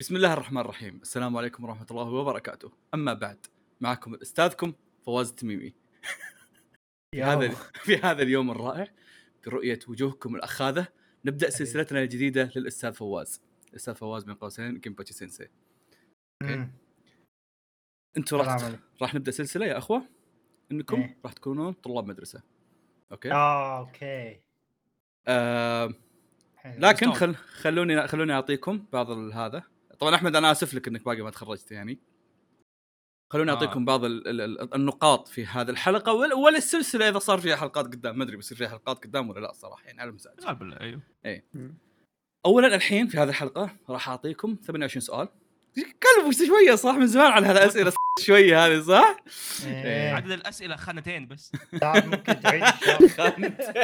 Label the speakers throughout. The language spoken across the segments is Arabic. Speaker 1: بسم الله الرحمن الرحيم السلام عليكم ورحمة الله وبركاته أما بعد معكم أستاذكم فواز التميمي في هذا في هذا اليوم الرائع برؤية وجوهكم الأخاذة نبدأ سلسلتنا الجديدة للأستاذ فواز الأستاذ فواز بين قوسين كيمباتشي سينسي
Speaker 2: مم.
Speaker 1: أنتم راح
Speaker 2: السلام عليكم.
Speaker 1: راح نبدأ سلسلة يا أخوة أنكم
Speaker 2: إيه.
Speaker 1: راح تكونون طلاب مدرسة أوكي
Speaker 2: آه، اوكي
Speaker 1: آه
Speaker 2: حلو.
Speaker 1: لكن
Speaker 3: مستوعب.
Speaker 1: خل خلوني خلوني أعطيكم بعض ال- هذا طبعا أحمد أنا آسف لك أنك باقي ما تخرجت يعني خلوني
Speaker 3: آه.
Speaker 1: اعطيكم بعض ال- ال- ال- النقاط في هذه الحلقه ولا, ولا السلسله اذا صار فيها حلقات قدام ما ادري بيصير فيها حلقات قدام ولا لا صراحه يعني على المزاج
Speaker 3: لا بالله ايوه
Speaker 1: اولا الحين في هذه الحلقه راح اعطيكم 28 سؤال كلب شويه صح من زمان على هالاسئله شويه هذه صح؟
Speaker 2: إيه.
Speaker 3: عدد الاسئله خانتين بس
Speaker 2: تعال ممكن تعيد الشرح.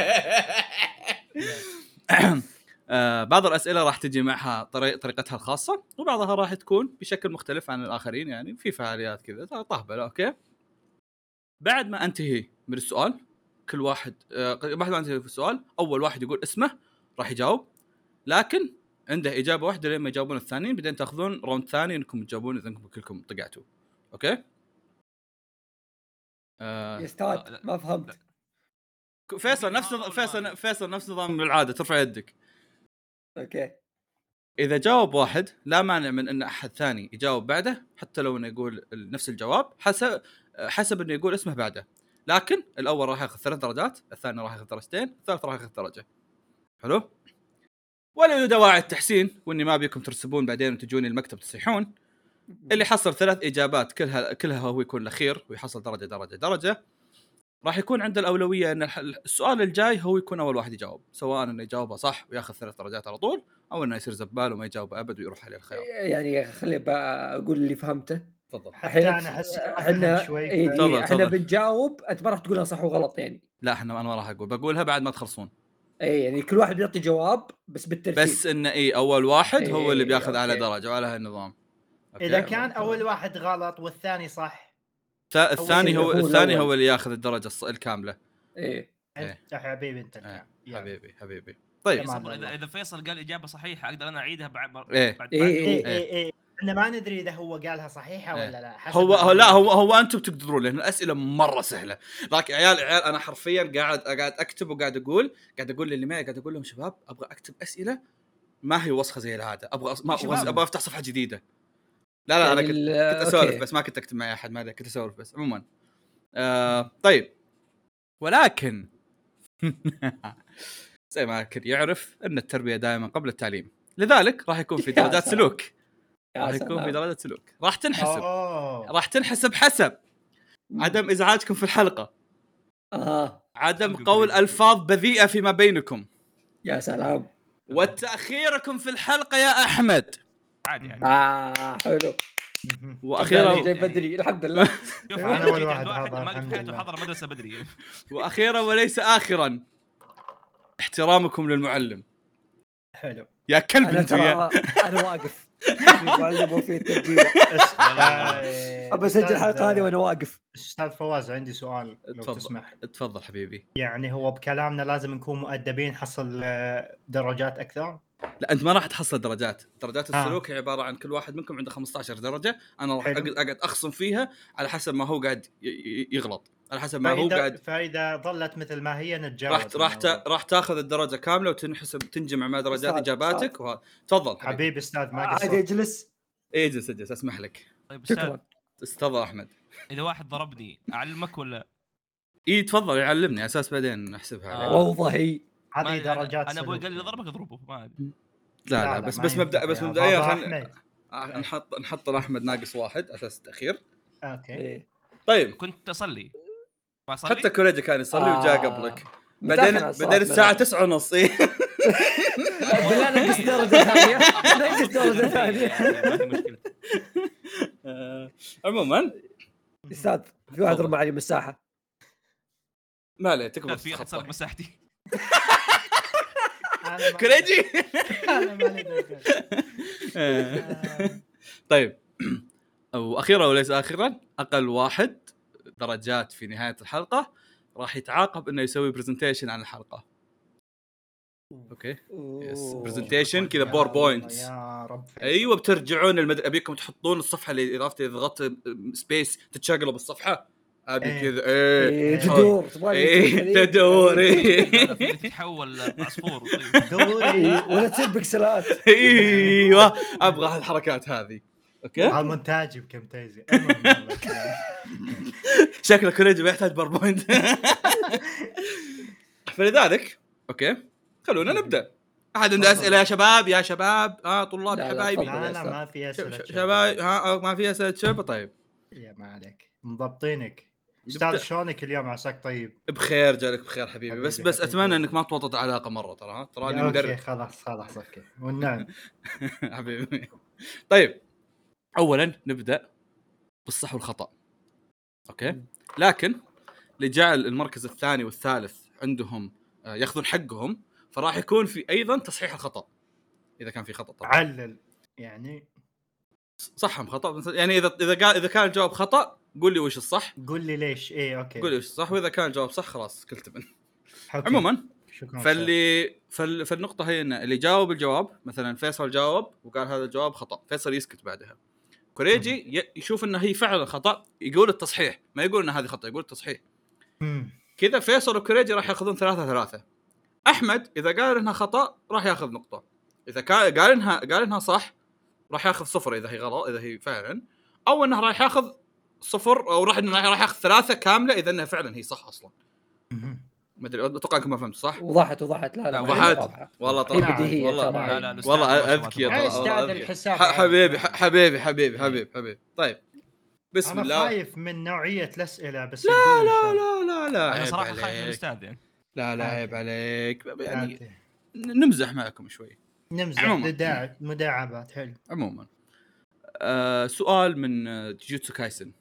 Speaker 1: آه، بعض الاسئله راح تجي معها طري- طريقتها الخاصه وبعضها راح تكون بشكل مختلف عن الاخرين يعني في فعاليات كذا طهبله اوكي بعد ما انتهي من السؤال كل واحد آه، بعد ما انتهي في السؤال اول واحد يقول اسمه راح يجاوب لكن عنده اجابه واحده لما يجاوبون الثانيين بعدين تاخذون راوند ثاني انكم تجاوبون اذا انكم كلكم طقعتوا اوكي آه،
Speaker 4: يا استاذ ما فهمت
Speaker 1: فيصل نفس
Speaker 3: أول واحد.
Speaker 1: فيصل فيصل نفس نظام العاده ترفع يدك
Speaker 4: اوكي
Speaker 1: اذا جاوب واحد لا مانع من ان احد ثاني يجاوب بعده حتى لو انه يقول ال- نفس الجواب حسب حسب انه يقول اسمه بعده لكن الاول راح ياخذ ثلاث درجات الثاني راح ياخذ درجتين الثالث راح ياخذ درجه حلو ولا له دواعي التحسين واني ما ابيكم ترسبون بعدين وتجوني المكتب تصيحون اللي حصل ثلاث اجابات كلها كلها هو يكون الاخير ويحصل درجه درجه درجه راح يكون عنده الاولويه ان الح- السؤال الجاي هو يكون اول واحد يجاوب سواء انه يجاوبه صح وياخذ ثلاث درجات على طول او انه يصير زبال وما يجاوب ابد ويروح عليه الخيار
Speaker 4: يعني خلي بقى اقول اللي فهمته
Speaker 1: تفضل
Speaker 2: حتى انا احس
Speaker 4: احنا
Speaker 2: احنا شوي
Speaker 4: إيه،
Speaker 1: إيه، تفضل،
Speaker 4: إيه، احنا
Speaker 1: تفضل.
Speaker 4: بنجاوب انت ما راح تقولها صح وغلط يعني
Speaker 1: لا احنا انا ما راح اقول بقولها بعد ما تخلصون
Speaker 4: اي يعني كل واحد بيعطي جواب بس بالترتيب
Speaker 1: بس انه اي اول واحد هو اللي
Speaker 4: إيه،
Speaker 1: بياخذ اعلى
Speaker 4: أوكي.
Speaker 1: درجه وعلى هالنظام أوكي؟
Speaker 2: اذا إيه، كان اول واحد غلط والثاني صح
Speaker 1: الث- الثاني
Speaker 4: أول
Speaker 1: هو
Speaker 4: شيء هو
Speaker 1: الثاني
Speaker 4: الأول.
Speaker 1: هو اللي ياخذ الدرجه الص- الكامله
Speaker 4: ايه
Speaker 1: إيه.
Speaker 2: انت حبيبي انت الكعب. يلا.
Speaker 1: حبيبي حبيبي طيب
Speaker 2: تمام.
Speaker 3: صبر،
Speaker 2: والله.
Speaker 3: اذا اذا فيصل قال اجابه صحيحه اقدر انا اعيدها بعد بعد
Speaker 1: إيه.
Speaker 3: بعد-
Speaker 4: إيه،
Speaker 2: إيه،
Speaker 1: إيه.
Speaker 2: إيه، إيه. احنا ما ندري اذا هو قالها صحيحه ولا لا حسب
Speaker 1: هو هو-
Speaker 2: ما-
Speaker 1: لا هو هو انتم بتقدرون لان الاسئله مره سهله لكن عيال عيال انا حرفيا قاعد قاعد اكتب وقاعد اقول قاعد اقول للي معي قاعد اقول لهم شباب ابغى اكتب اسئله ما هي وسخه زي العاده ابغى أص... ما
Speaker 3: يا شباب.
Speaker 1: أبغى- ابغى افتح صفحه جديده لا لا انا
Speaker 4: يعني
Speaker 1: كنت
Speaker 4: ال-
Speaker 1: كنت اسولف
Speaker 4: أوكي.
Speaker 1: بس ما كنت اكتب مع احد ما ادري كنت اسولف بس عموما آه طيب ولكن زي ما الكل يعرف ان التربيه دائما قبل التعليم لذلك راح يكون في
Speaker 4: يا
Speaker 1: درجات
Speaker 4: سلام.
Speaker 1: سلوك
Speaker 4: يا
Speaker 1: راح يكون
Speaker 4: سلام. آه.
Speaker 1: في درجات سلوك راح تنحسب
Speaker 2: أوه.
Speaker 1: راح تنحسب حسب عدم ازعاجكم في الحلقه
Speaker 4: اها
Speaker 1: عدم قول الفاظ بذيئه فيما بينكم
Speaker 4: يا سلام
Speaker 1: وتاخيركم في الحلقه يا احمد
Speaker 3: عادي يعني
Speaker 4: اه حلو يعني
Speaker 1: واخيرا
Speaker 4: جاي بدري الحمد لله
Speaker 3: شوف
Speaker 2: إيه. أنا أول
Speaker 3: أنا
Speaker 2: واحد
Speaker 3: جيت عند واحد
Speaker 2: حاضر،
Speaker 3: ما قد
Speaker 2: الحمد
Speaker 3: في حياته
Speaker 2: لله.
Speaker 3: حضر مدرسه بدري
Speaker 1: واخيرا وليس اخرا احترامكم للمعلم
Speaker 2: حلو
Speaker 1: يا كلب
Speaker 4: انا
Speaker 1: انت
Speaker 4: ترى
Speaker 1: يا
Speaker 4: انا واقف يعني في معلم وفي تسجيل
Speaker 2: أس-
Speaker 3: والله.
Speaker 2: آه،
Speaker 4: ابى اسجل الحلقه هذه
Speaker 2: أستاذ-
Speaker 4: وانا واقف
Speaker 2: استاذ فواز عندي سؤال لو
Speaker 1: تفضل.
Speaker 2: تسمح
Speaker 1: تفضل حبيبي
Speaker 2: يعني هو بكلامنا لازم نكون مؤدبين حصل آه، درجات اكثر
Speaker 1: لا انت ما راح تحصل درجات درجات
Speaker 2: آه.
Speaker 1: السلوك هي عباره عن كل واحد منكم عنده 15 درجه انا راح
Speaker 2: حلو.
Speaker 1: اقعد أقعد اخصم فيها على حسب ما هو قاعد ي- ي- يغلط على حسب ما هو
Speaker 2: فإذا-
Speaker 1: قاعد
Speaker 2: فاذا ظلت مثل ما هي نتجاوز يعني
Speaker 1: راح راح تا- راح تاخذ الدرجه كامله وتنحسب تنجمع مع درجات
Speaker 4: أستاذ،
Speaker 1: اجاباتك
Speaker 4: أستاذ.
Speaker 1: وهذا تفضل حبيبي إيه،
Speaker 2: حبيبي استاذ ما
Speaker 4: عادي
Speaker 2: قصرت
Speaker 4: اجلس
Speaker 1: اجلس اجلس اسمح لك
Speaker 3: طيب استاذ
Speaker 4: شكرا
Speaker 1: استضى احمد
Speaker 3: اذا واحد ضربني اعلمك ولا
Speaker 1: اي إيه، تفضل يعلمني على اساس بعدين احسبها عليه.
Speaker 3: آه.
Speaker 4: روضه هي
Speaker 3: ما-
Speaker 2: هذه
Speaker 3: أنا-
Speaker 2: درجات
Speaker 3: انا ابوي قال لي
Speaker 2: سلوك.
Speaker 3: ضربك اضربه ما أدري.
Speaker 1: لا, لا, بس
Speaker 2: ما
Speaker 1: بس مبدا
Speaker 2: ينفع
Speaker 1: بس
Speaker 2: يا
Speaker 1: مبدئيا
Speaker 2: بابا
Speaker 1: خلينا-
Speaker 2: أحمد.
Speaker 1: آه، نحط نحط لاحمد ناقص واحد اساس التاخير
Speaker 2: اوكي
Speaker 4: إيه.
Speaker 1: طيب
Speaker 3: كنت اصلي ما اصلي
Speaker 1: حتى كوريجي كان يصلي وجاء
Speaker 4: آه.
Speaker 1: قبلك
Speaker 4: متأخر
Speaker 1: بعدين
Speaker 4: على الصلاة
Speaker 1: بعدين الساعه
Speaker 4: بلا.
Speaker 1: 9 ونص إي.
Speaker 4: بالله نقص درجه ثانيه نقص درجه ثانيه
Speaker 3: يعني ما في مشكله
Speaker 1: آه، عموما
Speaker 4: استاذ في واحد
Speaker 1: تفضل.
Speaker 4: رمى علي مساحه
Speaker 1: ما عليه
Speaker 3: لا
Speaker 1: تقدر
Speaker 3: في احد سرق
Speaker 1: تتخطى
Speaker 3: مساحتي
Speaker 2: أنا ما-
Speaker 1: كوريجي
Speaker 2: أنا ما لي دخل. آه،
Speaker 1: إيه. طيب واخيرا وليس اخرا اقل واحد درجات في نهايه الحلقه راح يتعاقب انه يسوي برزنتيشن عن الحلقه اوكي يس.
Speaker 4: أوه.
Speaker 1: برزنتيشن كذا
Speaker 2: يا
Speaker 1: بور
Speaker 2: الله،
Speaker 1: بوينتس
Speaker 2: يا رب
Speaker 1: ايوه بترجعون المد... ابيكم تحطون الصفحه اللي اضافه ضغطت سبيس تتشقلب الصفحه ابي
Speaker 2: إيه.
Speaker 1: كذا ايه
Speaker 4: إيه، تدور تبغى
Speaker 1: ايه تدور إيه.
Speaker 3: تتحول عصفور
Speaker 2: دوري
Speaker 4: إيه، ولا تصير بكسلات
Speaker 1: ايوه ابغى الحركات هذه
Speaker 2: آه.
Speaker 1: اوكي
Speaker 2: هالمونتاج بكم تيزي أمم، المهم والله.
Speaker 1: شكله كوريجي ما يحتاج باوربوينت فلذلك اوكي خلونا نبدا احد عنده اسئله يا شباب يا شباب ها طلاب
Speaker 4: لا،
Speaker 1: يا
Speaker 4: لا،
Speaker 1: حبايبي
Speaker 4: تفضل.
Speaker 2: لا لا ما في
Speaker 1: شب-
Speaker 2: اسئله
Speaker 1: شب- شباب ها آه، ما في اسئله شباب طيب
Speaker 2: يا ما عليك مضبطينك استاذ شلونك اليوم عساك طيب
Speaker 1: بخير جالك بخير حبيبي بس
Speaker 2: حبيبي،
Speaker 1: بس
Speaker 2: حبيبي.
Speaker 1: اتمنى انك ما توطد علاقه مره ترى ها ترى
Speaker 2: يا
Speaker 1: اني
Speaker 2: اوكي
Speaker 1: مدرب
Speaker 2: خلاص خلاص اوكي والنعم
Speaker 1: حبيبي طيب اولا نبدا بالصح والخطا اوكي لكن لجعل المركز الثاني والثالث عندهم آه، ياخذون حقهم فراح يكون في ايضا تصحيح الخطا اذا كان في خطا طبعا
Speaker 2: علل يعني
Speaker 1: صحهم خطا يعني اذا اذا قال اذا كان الجواب خطا قول لي وش الصح
Speaker 2: قول لي ليش ايه اوكي
Speaker 1: قول لي وش الصح واذا كان الجواب صح خلاص كلت من
Speaker 2: حكي.
Speaker 1: عموما
Speaker 2: شكرا
Speaker 1: فاللي فال... فالنقطة هي ان اللي جاوب الجواب مثلا فيصل جاوب وقال هذا الجواب خطأ، فيصل يسكت بعدها. كوريجي ي... يشوف ان هي فعلا خطأ يقول التصحيح، ما يقول ان هذه خطأ يقول التصحيح.
Speaker 2: أمم.
Speaker 1: كذا فيصل وكوريجي راح ياخذون ثلاثة ثلاثة. احمد اذا قال انها خطأ راح ياخذ نقطة. اذا كان قال انها قال انها صح راح ياخذ صفر اذا هي غلط اذا هي فعلا او انه راح ياخذ صفر او راح راح ياخذ ثلاثة كاملة اذا انها فعلا هي صح اصلا.
Speaker 2: أمم.
Speaker 1: ما ادري اتوقع انكم ما فهمتوا صح؟
Speaker 4: وضحت وضحت لا
Speaker 3: لا،
Speaker 4: لا
Speaker 1: وضحت.
Speaker 4: واضحة.
Speaker 1: والله
Speaker 4: هي
Speaker 1: طلع
Speaker 2: نعم،
Speaker 4: بديهية
Speaker 1: والله-
Speaker 4: ترى.
Speaker 3: طيب. لا، لا، الأستاذ ما
Speaker 1: والله
Speaker 3: شاء الله
Speaker 1: اذكي
Speaker 3: تبارك
Speaker 1: ترى
Speaker 3: الله.
Speaker 1: والله
Speaker 2: أستاذ
Speaker 1: أذكي.
Speaker 2: الحساب.
Speaker 1: ح- حبيبي ح- حبيبي حبيبي حبيبي حبيبي طيب بسم
Speaker 2: انا
Speaker 1: الله لا
Speaker 2: خايف من نوعيه الاسئله بس لا لا
Speaker 1: لا لا
Speaker 3: انا
Speaker 1: عيب
Speaker 3: صراحه خايف من
Speaker 1: عليك
Speaker 3: الاستاذ يعني
Speaker 1: لا لا عيب عليك يعني
Speaker 2: يعني
Speaker 1: ن- نمزح معكم شوي
Speaker 2: نمزح
Speaker 1: عموماً.
Speaker 2: مداع- مداعبات حلو
Speaker 1: عموما آه سؤال من آه، جوجوتسو كايسن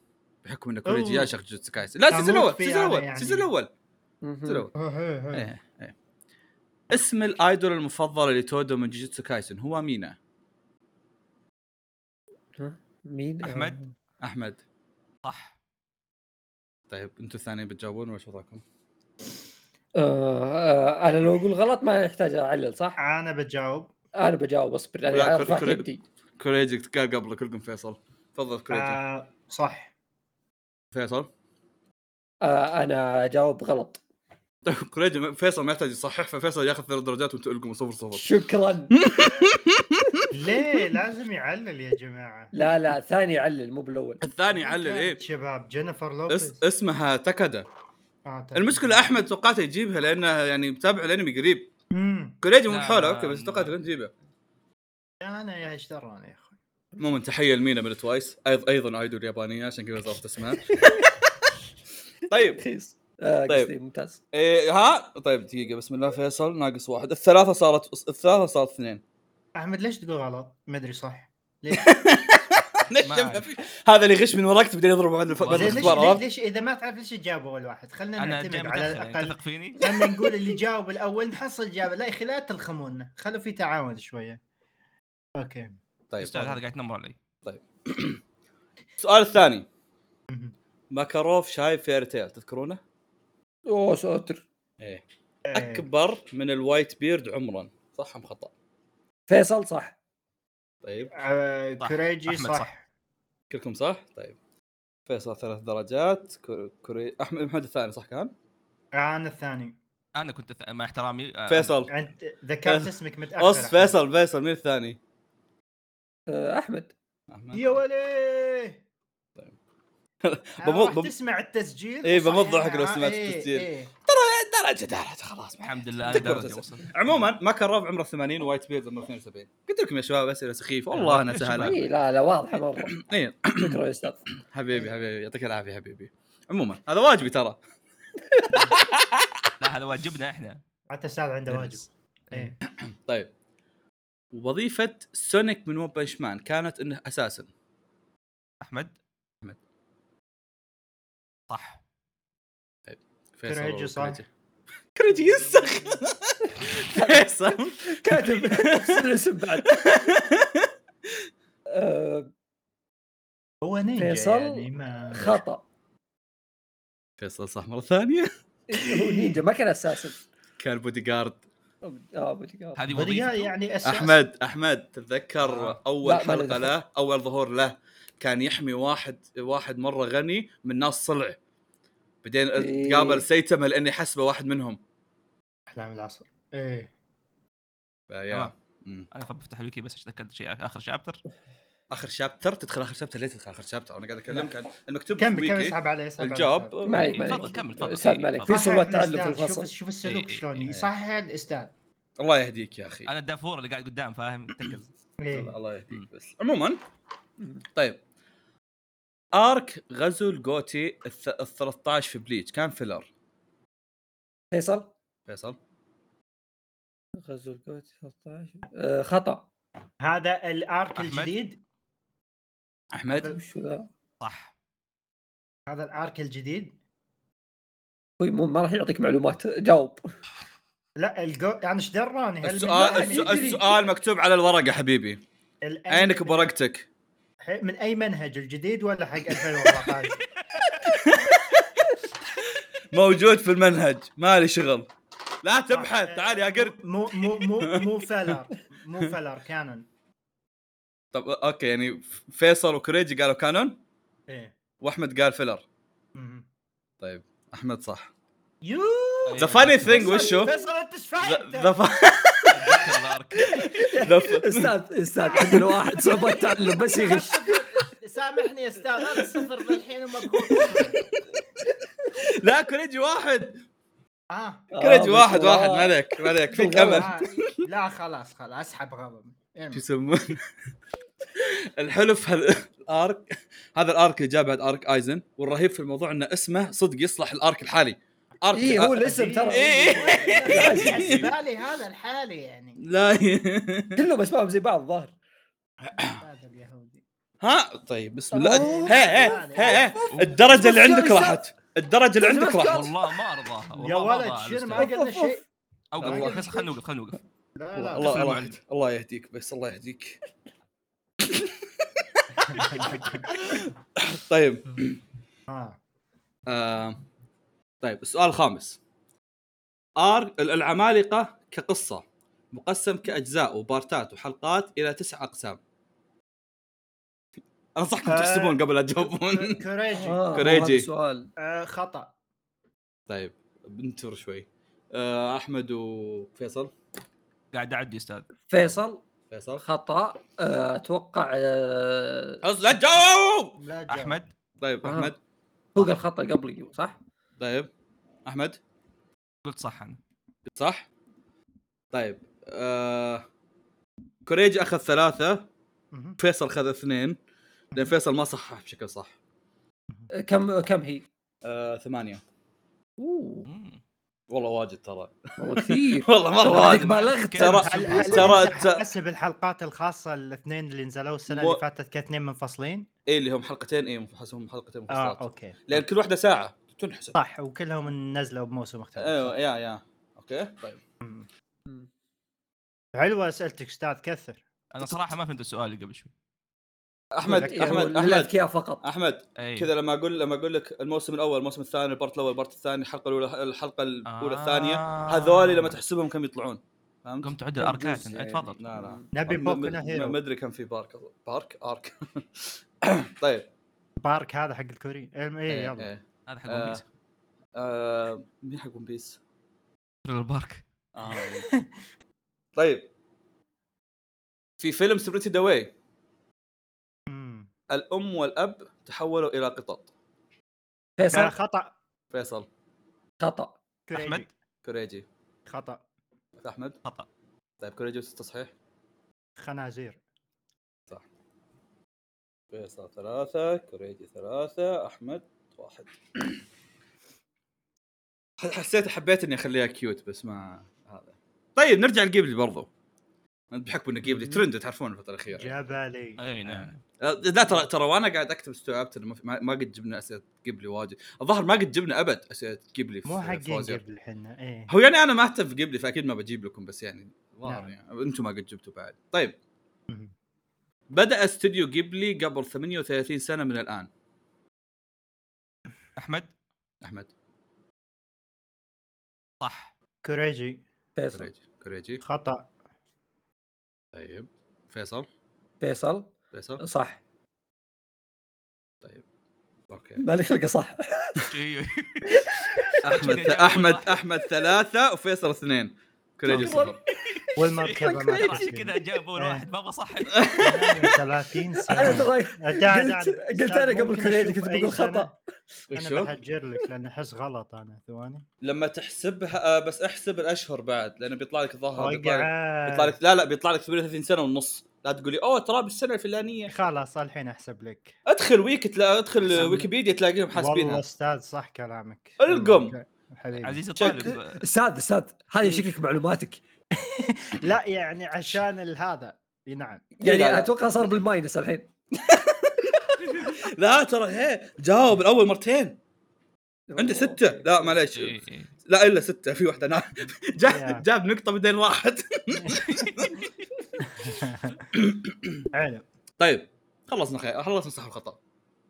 Speaker 1: بحكم انك كوريجي
Speaker 2: أوه.
Speaker 1: يا شيخ جوجوتسو كايسن لا السيزون
Speaker 2: أموت
Speaker 1: الاول
Speaker 2: فيه
Speaker 1: السيزون
Speaker 2: أنا
Speaker 1: الاول
Speaker 2: يعني.
Speaker 1: السيزون الاول السيزون
Speaker 4: مهم.
Speaker 1: الاول إيه، إيه. اسم الايدول المفضل لتودو من جوجوتسو كايسن هو مينا
Speaker 4: مين
Speaker 3: أحمد؟
Speaker 1: احمد
Speaker 3: صح
Speaker 1: طيب انتم الثانيين بتجاوبون ولا شو رايكم؟
Speaker 4: آه، آه، انا لو اقول غلط ما يحتاج اعلل صح؟
Speaker 2: انا بجاوب
Speaker 4: انا بجاوب اصبر يعني
Speaker 1: لا،
Speaker 4: ارفع
Speaker 1: كوري-
Speaker 4: يدي
Speaker 1: كوريجي قال قبل كلكم فيصل تفضل كوريجي
Speaker 2: آه صح
Speaker 1: فيصل
Speaker 4: آه، انا جاوب غلط
Speaker 1: طيب كوريجي ما- فيصل ما يحتاج يصحح ففيصل ياخذ ثلاث درجات وانتم لكم صفر صفر
Speaker 4: شكرا
Speaker 2: ليه لازم يعلل يا جماعه
Speaker 4: لا لا ثاني علل مو بالاول
Speaker 1: الثاني علل ايه
Speaker 2: شباب جينيفر
Speaker 1: اس
Speaker 2: لوبيز
Speaker 1: اسمها تكدا
Speaker 2: آه، تمام.
Speaker 1: المشكله احمد توقعته يجيبها لانه يعني متابع الانمي قريب
Speaker 2: أمم.
Speaker 1: كوريجي من
Speaker 3: لا،
Speaker 1: حوله اوكي
Speaker 3: لا،
Speaker 1: بس توقعت
Speaker 3: لا.
Speaker 1: انه تجيبه
Speaker 2: انا يا ايش دراني يا اخوي
Speaker 1: عموما تحيه لمينا من توايس ايضا ايضا ايدول يابانيه عشان كذا صارت اسمها طيب
Speaker 4: رخيص آه،
Speaker 1: طيب.
Speaker 4: قصدي ممتاز
Speaker 1: إيه ها طيب دقيقه بسم الله فيصل ناقص واحد الثلاثه صارت الثلاثه صارت اثنين
Speaker 2: احمد ليش تقول غلط؟ ما ادري صح ليش
Speaker 1: ليش
Speaker 3: ما
Speaker 1: ما
Speaker 3: أعرف.
Speaker 1: في- هذا اللي غش من وراك تبدأ يضرب بعد الف-
Speaker 3: والله.
Speaker 1: بعد
Speaker 2: ليش, ليش,
Speaker 1: الاختبار عرفت؟
Speaker 2: ليش اذا ما تعرف ليش تجاوب اول واحد خلينا
Speaker 3: انا جاي
Speaker 2: نعتمد على طيب،
Speaker 3: متاخر يعني
Speaker 2: الاقل
Speaker 3: تثق فيني
Speaker 2: خلينا نقول اللي جاوب الاول نحصل جاب لا يا اخي لا تلخمونا خلوا في تعاون شويه اوكي
Speaker 1: طيب
Speaker 3: الاستاذ هذا قاعد يتنمر علي
Speaker 1: السؤال الثاني ماكاروف شايب فيري تيل تذكرونه؟
Speaker 4: اوه ساتر
Speaker 1: ايه
Speaker 2: إيه.
Speaker 1: اكبر من الوايت بيرد عمرا صح ام خطا؟
Speaker 4: فيصل صح
Speaker 1: طيب
Speaker 2: آه،
Speaker 3: صح.
Speaker 2: كوريجي
Speaker 3: أحمد
Speaker 2: صح,
Speaker 3: صح.
Speaker 1: كلكم صح؟ طيب فيصل ثلاث درجات كو- كوري احمد محمد الثاني صح كان؟
Speaker 2: انا الثاني
Speaker 3: انا كنت أث- مع احترامي آه،
Speaker 1: فيصل
Speaker 2: انت ذكرت
Speaker 1: فيصل.
Speaker 2: اسمك متاخر
Speaker 1: اص
Speaker 2: أحمد.
Speaker 1: فيصل فيصل مين الثاني؟
Speaker 4: آه، احمد
Speaker 1: أحمد.
Speaker 2: يا ولي
Speaker 1: طيب. بمو-
Speaker 2: بمض
Speaker 1: بم-
Speaker 2: تسمع التسجيل
Speaker 1: إيه،
Speaker 2: وصحح
Speaker 1: بمضحك لو
Speaker 2: معاه.
Speaker 1: سمعت
Speaker 2: إيه،
Speaker 1: التسجيل.
Speaker 2: إيه.
Speaker 1: درجه درجه خلاص ما
Speaker 3: الحمد
Speaker 1: عليك.
Speaker 3: لله انا
Speaker 1: تكبر
Speaker 3: درجة
Speaker 1: تسأل.
Speaker 3: وصل.
Speaker 1: عموما ماكاروف عمره 80 ووايت بيرد عمره 72 قلت لكم يا شباب اسئله سخيفه والله انها سهله
Speaker 4: إيه، لا لا واضحه مره
Speaker 1: إيه.
Speaker 4: شكرا يا استاذ
Speaker 1: حبيبي حبيبي يعطيك العافيه حبيبي عموما هذا واجبي ترى
Speaker 3: لا هذا واجبنا احنا
Speaker 2: حتى سعد عنده واجب إيه.
Speaker 1: طيب وظيفة سونيك من ون بنش مان كانت انه اساسا
Speaker 3: احمد
Speaker 1: أحمد.
Speaker 3: صح
Speaker 1: فيصل
Speaker 2: كريجي
Speaker 1: ولا
Speaker 2: صح.
Speaker 1: كريجي؟ كريجي ينسخ فيصل
Speaker 4: كاتب أحسن اسم بعد آه،
Speaker 2: هو نينجا
Speaker 4: فيصل
Speaker 2: يعني ما
Speaker 4: خطا
Speaker 1: فيصل صح مرة ثانية
Speaker 4: هو نينجا ما كان آه، اساسا
Speaker 1: كان بودي جارد
Speaker 4: جاوب جاوب
Speaker 3: هذه
Speaker 2: ضريا
Speaker 3: وظيفته
Speaker 2: يعني أساس
Speaker 1: احمد احمد تتذكر
Speaker 3: آه.
Speaker 1: اول
Speaker 4: لا، ما
Speaker 1: حلقه
Speaker 4: أتذكر.
Speaker 1: له اول ظهور له كان يحمي واحد واحد مره غني من ناس صلع بعدين
Speaker 4: إيه.
Speaker 1: تقابل سيتما لاني حسبه واحد منهم
Speaker 2: أحلام العصر إيه
Speaker 1: فيا.
Speaker 3: تمام.
Speaker 1: مم.
Speaker 3: انا طب بفتح الويكي بس عشان اتاكد شيء اخر شابتر
Speaker 1: طيب، اخر شابتر تدخل اخر شابتر ليه تدخل اخر شابتر انا قاعد اكلمك عن المكتوب في
Speaker 2: كم كم
Speaker 1: الويكي.
Speaker 2: اسحب عليه اسحب
Speaker 1: الجواب
Speaker 2: عليه.
Speaker 4: ما عليك ما
Speaker 3: إيه، تفضل،
Speaker 4: عليك
Speaker 3: كمل، تفضل.
Speaker 4: استاذ مالك في
Speaker 3: تفضل.
Speaker 2: صحح
Speaker 4: سوى تعادل في
Speaker 2: الإصدار، شوف-
Speaker 4: الفصل
Speaker 2: شوف
Speaker 3: إيه،
Speaker 2: السلوك
Speaker 3: إيه،
Speaker 2: شلون
Speaker 1: إيه.
Speaker 2: يصحح الاستاذ
Speaker 1: الله يهديك يا اخي
Speaker 3: انا الدافور اللي قاعد قدام فاهم تركز
Speaker 1: الله
Speaker 2: إيه.
Speaker 1: الله يهديك
Speaker 3: مم.
Speaker 1: بس عموما طيب ارك غزو الجوتي ال 13 في بليتش كان فيلر
Speaker 4: فيصل
Speaker 1: فيصل
Speaker 4: غزو الكويت 13 آه، خطا
Speaker 2: هذا الارك
Speaker 3: أحمد.
Speaker 2: الجديد
Speaker 1: احمد
Speaker 4: وشو ذا؟
Speaker 3: صح
Speaker 2: هذا الارك الجديد
Speaker 4: أخوي، مو ما راح يعطيك معلومات جاوب
Speaker 2: لا الجو انا ايش دراني هل
Speaker 1: السؤال
Speaker 2: من-
Speaker 1: السؤال- السؤال مكتوب على الورقه حبيبي
Speaker 2: الأي-
Speaker 1: عينك بورقتك
Speaker 2: ح- من اي منهج الجديد ولا حق 2014
Speaker 1: موجود في المنهج مالي شغل
Speaker 4: آه،
Speaker 1: لا تبحث تعال يا قرد
Speaker 2: مو مو مو مو فلر مو فلر كانون
Speaker 1: طب اوكي يعني فيصل وكريجي قالوا كانون إيه.
Speaker 2: ايه
Speaker 1: واحمد قال فيلر
Speaker 2: مهم.
Speaker 1: طيب احمد صح
Speaker 2: يو
Speaker 1: ذا فاني ثينج
Speaker 2: فيصل-
Speaker 1: وشو
Speaker 2: فيصل انت ايش
Speaker 1: ذا
Speaker 2: فايدتك؟
Speaker 4: استاذ استاذ عندنا واحد صعوبة تعلم بس يغش
Speaker 2: سامحني يا استاذ انا صفر للحين ومكبوت
Speaker 1: لا كريجي واحد
Speaker 2: اه
Speaker 1: كريجي
Speaker 4: آه،
Speaker 1: واحد واحد ما
Speaker 4: بالغلط.
Speaker 1: عليك ما عليك فيك امل
Speaker 2: آه، لا خلاص خلاص اسحب غضب إيه،
Speaker 1: شو يسمونه الحلف هذا الارك هذا الارك اللي جاء بعد ارك ايزن والرهيب في الموضوع انه اسمه صدق يصلح الارك الحالي ارك آه،
Speaker 4: اي هو الاسم ترى
Speaker 1: إيه.
Speaker 2: في بالي هذا الحالي يعني
Speaker 1: لا
Speaker 4: كلهم اسمائهم زي بعض الظاهر
Speaker 2: هذا اليهودي
Speaker 1: ها طيب بسم
Speaker 4: أوه.
Speaker 1: الله هي هي هي هي الدرجه اللي عندك راحت الدرجه اللي عندك راحت
Speaker 3: والله ما ارضاها والله
Speaker 2: يا
Speaker 3: ما
Speaker 2: ولد
Speaker 3: أرضاها
Speaker 2: شنو ما
Speaker 3: الأستاذ.
Speaker 2: قلنا شيء
Speaker 1: والله.
Speaker 3: اوقف فيصل خلنا نوقف خلنا نوقف
Speaker 2: لا
Speaker 1: الله
Speaker 2: لا
Speaker 1: الله- الله
Speaker 3: المعلم.
Speaker 1: الله يهديك بس الله يهديك طيب
Speaker 2: آه.
Speaker 1: آه، طيب السؤال الخامس ار ال- العمالقه كقصه مقسم كاجزاء وبارتات وحلقات الى تسع اقسام انصحكم
Speaker 2: آه.
Speaker 1: تحسبون قبل لا تجاوبون
Speaker 2: كوريجي
Speaker 4: آه،
Speaker 1: كريجي.
Speaker 4: هذا سؤال
Speaker 2: آه، خطا
Speaker 1: طيب بنتر شوي آه، احمد وفيصل
Speaker 3: قاعد اعد يا استاذ
Speaker 4: فيصل
Speaker 1: فيصل
Speaker 4: خطا آه، اتوقع آه،
Speaker 1: خلاص لا تجاوب
Speaker 2: لا جاوب.
Speaker 3: احمد
Speaker 1: طيب
Speaker 4: آه.
Speaker 1: احمد
Speaker 4: فوق الخطا قبلي صح؟
Speaker 1: طيب احمد
Speaker 3: قلت صح انا
Speaker 1: صح طيب آه... كوريجي اخذ ثلاثه
Speaker 2: مهم.
Speaker 1: فيصل خذ اثنين لان فيصل ما صحح بشكل صح
Speaker 4: آه، كم كم هي؟
Speaker 1: آه، ثمانية
Speaker 4: اوه
Speaker 3: مم.
Speaker 1: والله واجد ترى
Speaker 4: والله كثير
Speaker 1: والله مرة
Speaker 4: والله
Speaker 1: واجد
Speaker 4: بلغت
Speaker 3: كيف؟
Speaker 1: ترى
Speaker 2: هل- هل
Speaker 1: ترى-
Speaker 2: أنت
Speaker 1: ت-
Speaker 2: حسب الحلقات الخاصه الاثنين اللي نزلوا السنه
Speaker 1: مو-
Speaker 2: اللي فاتت كاثنين منفصلين
Speaker 1: اي إيه، اللي هم حلقتين اي هم حلقتين
Speaker 2: اه
Speaker 1: مفصلات
Speaker 2: اوكي
Speaker 1: لان كل واحدة ساعة تنحسب
Speaker 2: صح وكلهم نزلوا بموسم مختلف
Speaker 3: أيوة.
Speaker 1: ايوه يا يا اوكي طيب
Speaker 2: حلوه اسئلتك استاذ كثر
Speaker 3: انا صراحه ما فهمت السؤال اللي قبل شوي
Speaker 1: احمد
Speaker 2: إيه، هو
Speaker 1: احمد احمد
Speaker 4: للاذكياء يعني فقط
Speaker 1: احمد
Speaker 3: أي.
Speaker 1: كذا لما اقول لما اقول لك الموسم الاول الموسم الثاني البارت الاول البارت الثاني الحلقه الاولى الحلقه الاولى
Speaker 3: آه.
Speaker 1: الثانيه هذول لما تحسبهم كم يطلعون فهمت؟ إيه،
Speaker 3: قمت تعد الاركات
Speaker 4: جزء
Speaker 3: أي،
Speaker 1: لا
Speaker 3: تفضل
Speaker 1: لا
Speaker 2: نبي
Speaker 1: ما-
Speaker 2: بوكو
Speaker 1: ما-
Speaker 2: نو هيرو
Speaker 1: ما ادري كان في بارك بارك ارك طيب
Speaker 2: بارك هذا حق الكوري أم، ايه
Speaker 1: إيه،
Speaker 2: يلا
Speaker 1: إيه.
Speaker 3: هذا حق
Speaker 1: آه.
Speaker 3: ون بيس.
Speaker 1: آه، مين حق ون بيس؟
Speaker 3: تريلر بارك
Speaker 1: طيب في فيلم سبريتي داوي
Speaker 2: مم.
Speaker 1: الام والاب تحولوا الى قطط
Speaker 2: آه،
Speaker 4: فيصل
Speaker 2: خطا
Speaker 1: فيصل
Speaker 4: خطا
Speaker 2: كوريجي.
Speaker 3: أحمد؟
Speaker 1: كوريجي
Speaker 2: خطا
Speaker 1: احمد
Speaker 3: خطا
Speaker 1: طيب كوريجي تصحيح
Speaker 2: خنازير
Speaker 1: فيصل ثلاثة كوريجي ثلاثة أحمد واحد ح- حسيت حبيت إني أخليها كيوت بس ما هذا طيب نرجع لجيبلي برضو بحكم إن جيبلي ترند تعرفون الفترة الأخيرة
Speaker 2: جبلي
Speaker 3: اي نعم
Speaker 1: أه، لا ترى ترى وانا قاعد اكتب استوعبت انه ما في- ما ما قد جبنا اسئله قبلي واجد الظاهر ما قد جبنا ابد اسئله قبلي في
Speaker 2: مو
Speaker 4: آه،
Speaker 2: حقين
Speaker 1: فوازير.
Speaker 2: قبل حنا ايه
Speaker 1: هو يعني انا ما اهتم في قبلي فاكيد ما بجيب لكم بس يعني الظاهر
Speaker 2: نعم.
Speaker 1: يعني انتم ما قد جبتوا بعد طيب
Speaker 2: مم.
Speaker 1: بدا استوديو قبلي قبل 38 سنه من الان
Speaker 3: احمد
Speaker 1: احمد
Speaker 3: صح
Speaker 2: كوريجي
Speaker 4: فيصل
Speaker 1: كوريجي كوريجي
Speaker 2: خطا
Speaker 1: طيب فيصل
Speaker 4: فيصل
Speaker 1: فيصل
Speaker 4: صح
Speaker 1: اوكي
Speaker 4: مالي خلقه صح
Speaker 3: إيوه.
Speaker 1: احمد احمد احمد ثلاثه وفيصل اثنين كوريجي صفر
Speaker 2: والمركبه ما
Speaker 4: كوريجي
Speaker 3: ترى
Speaker 2: تحسب.
Speaker 3: كذا جابوا واحد ما بصحن
Speaker 2: 38
Speaker 4: انا
Speaker 2: سنه
Speaker 4: ترى
Speaker 2: قاعد- قاعد.
Speaker 4: قلت- قلت أنا قبل
Speaker 2: ممكن
Speaker 4: كوريجي
Speaker 2: أشوف
Speaker 4: كنت
Speaker 2: أي
Speaker 4: بقول
Speaker 2: سنة.
Speaker 4: خطأ.
Speaker 2: انا بحجر لك لان احس غلط انا ثواني
Speaker 1: لما تحسبها آه، بس احسب الاشهر بعد لانه بيطلع لك
Speaker 4: آه،
Speaker 1: الظاهر
Speaker 2: طيب،
Speaker 1: بيطلع لك بيطلع
Speaker 2: وقع
Speaker 1: لك لا لا بيطلع لك 38 سنه ونص لا تقولي اوه ترى بالسنه الفلانيه
Speaker 2: خلاص الحين احسب لك
Speaker 1: ادخل ويك تلا ادخل
Speaker 3: أحسن.
Speaker 1: ويكيبيديا تلاقيهم
Speaker 2: والله
Speaker 1: حاسبينها
Speaker 2: استاذ صح كلامك
Speaker 1: القم.
Speaker 2: حبيبي
Speaker 3: عزيز
Speaker 1: شك.
Speaker 3: الطالب
Speaker 4: استاذ استاذ هذه شكلك معلوماتك
Speaker 2: لا يعني عشان ال- هذا اي نعم
Speaker 1: لا، لا.
Speaker 4: يعني اتوقع صار بالماينس الحين
Speaker 1: لا ترى هي جاوب الاول مرتين عندي سته لا معليش
Speaker 3: إيه، إيه.
Speaker 1: لا الا سته في واحده انا
Speaker 2: يا.
Speaker 1: جاب جاب نقطه بدين واحد
Speaker 2: حلو
Speaker 1: طيب خلصنا خير خلصنا صح والخطا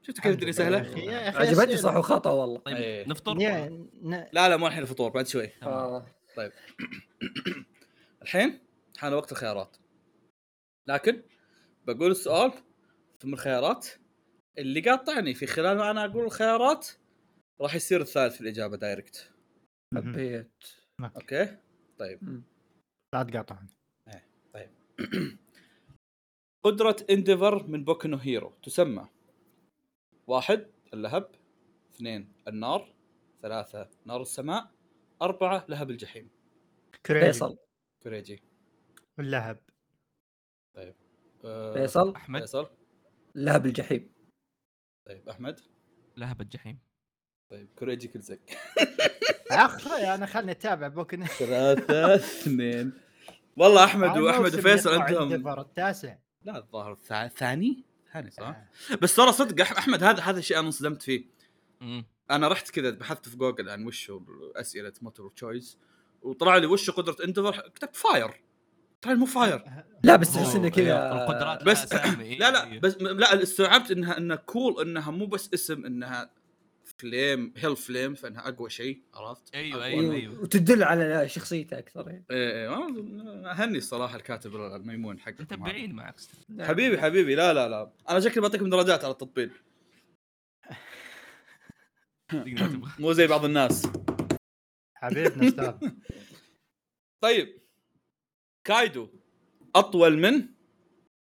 Speaker 1: شفت كيف الدنيا
Speaker 2: يا أخي-
Speaker 1: سهله؟
Speaker 2: يا أخي
Speaker 4: عجبتني
Speaker 2: أسئلة.
Speaker 4: صح وخطا والله
Speaker 1: إيه.
Speaker 3: طيب نفطر
Speaker 2: يا- ن-
Speaker 1: لا لا مو الحين الفطور بعد شوي
Speaker 3: تمام.
Speaker 4: آه.
Speaker 1: الحين حان وقت الخيارات لكن بقول السؤال ثم الخيارات اللي قاطعني في خلال ما انا اقول الخيارات راح يصير الثالث في الاجابه دايركت
Speaker 4: حبيت
Speaker 1: اوكي طيب
Speaker 2: لا تقاطعني
Speaker 1: قدرة انديفر من بوكنو هيرو تسمى واحد اللهب اثنين النار ثلاثة نار السماء أربعة لهب الجحيم
Speaker 2: كريجي
Speaker 4: فيصل
Speaker 1: كوريجي
Speaker 2: اللهب
Speaker 1: أه،
Speaker 4: فيصل
Speaker 3: احمد
Speaker 1: فيصل
Speaker 4: لها بالجحيم
Speaker 1: طيب أحمد
Speaker 3: لهب الجحيم
Speaker 1: طيب كوريجي كل زق
Speaker 2: اخي انا خلني اتابع بوكن
Speaker 1: ثلاثة اثنين والله
Speaker 3: آه،
Speaker 1: احمد واحمد
Speaker 2: الموسم
Speaker 1: وفيصل
Speaker 2: يطلع
Speaker 1: عندهم
Speaker 2: الدفر التاسع
Speaker 1: لا الظاهر الثا- ثاني ثاني
Speaker 3: آه.
Speaker 1: صح بس ترى صدق أح- احمد هذا هذا الشيء انا انصدمت فيه
Speaker 3: مم.
Speaker 1: انا رحت كذا بحثت في جوجل عن وش هو اسئله موتور تشويس وطلع لي وش قدره اندفر كتبت فاير طلع لي مو فاير
Speaker 3: آه،
Speaker 4: لا بس تحس انه
Speaker 3: أوه،
Speaker 4: كذا
Speaker 3: القدرات
Speaker 1: بس-
Speaker 3: لها أسامي، إيه،
Speaker 1: لا لا
Speaker 3: إيه.
Speaker 1: بس لا استوعبت انها انها كول انها مو بس اسم انها فليم هيل فليم فانها اقوى شيء عرفت؟
Speaker 3: أيوة،
Speaker 1: أقوى.
Speaker 3: أيوة.
Speaker 4: و- وتدل على شخصيته اكثر يعني
Speaker 1: إيه، إيه، أنا اهني الصراحه الكاتب الميمون حق
Speaker 3: متبعين معك
Speaker 4: نعم.
Speaker 1: حبيبي حبيبي لا لا لا انا شكلي بعطيكم درجات على التطبيل
Speaker 3: تقدر تبغى.
Speaker 1: مو زي بعض الناس
Speaker 2: حبيبنا استاذ
Speaker 1: طيب كايدو اطول من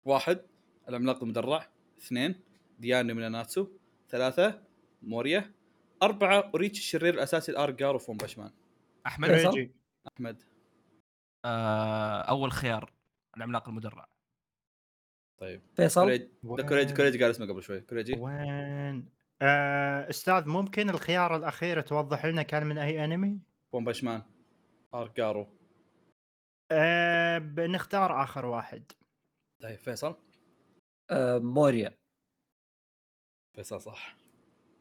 Speaker 1: واحد العملاق المدرع اثنين ديانو من ناتسو ثلاثة موريا أربعة أوريتش الشرير الأساسي الأرجار وفون باشمان
Speaker 3: احمد
Speaker 2: كريجي
Speaker 1: أحمد
Speaker 3: آه، اول خيار العملاق المدرع
Speaker 4: فيصل
Speaker 1: كوريج ده كوريج كوريج قال اسمه قبل شوي كوريجي
Speaker 2: وين آه، استاذ ممكن الخيار الاخير توضح لنا كان من اي انمي؟
Speaker 1: فون باشمان أرجارو
Speaker 2: أه بنختار اخر واحد
Speaker 1: طيب فيصل
Speaker 4: آه، موريا
Speaker 1: فيصل صح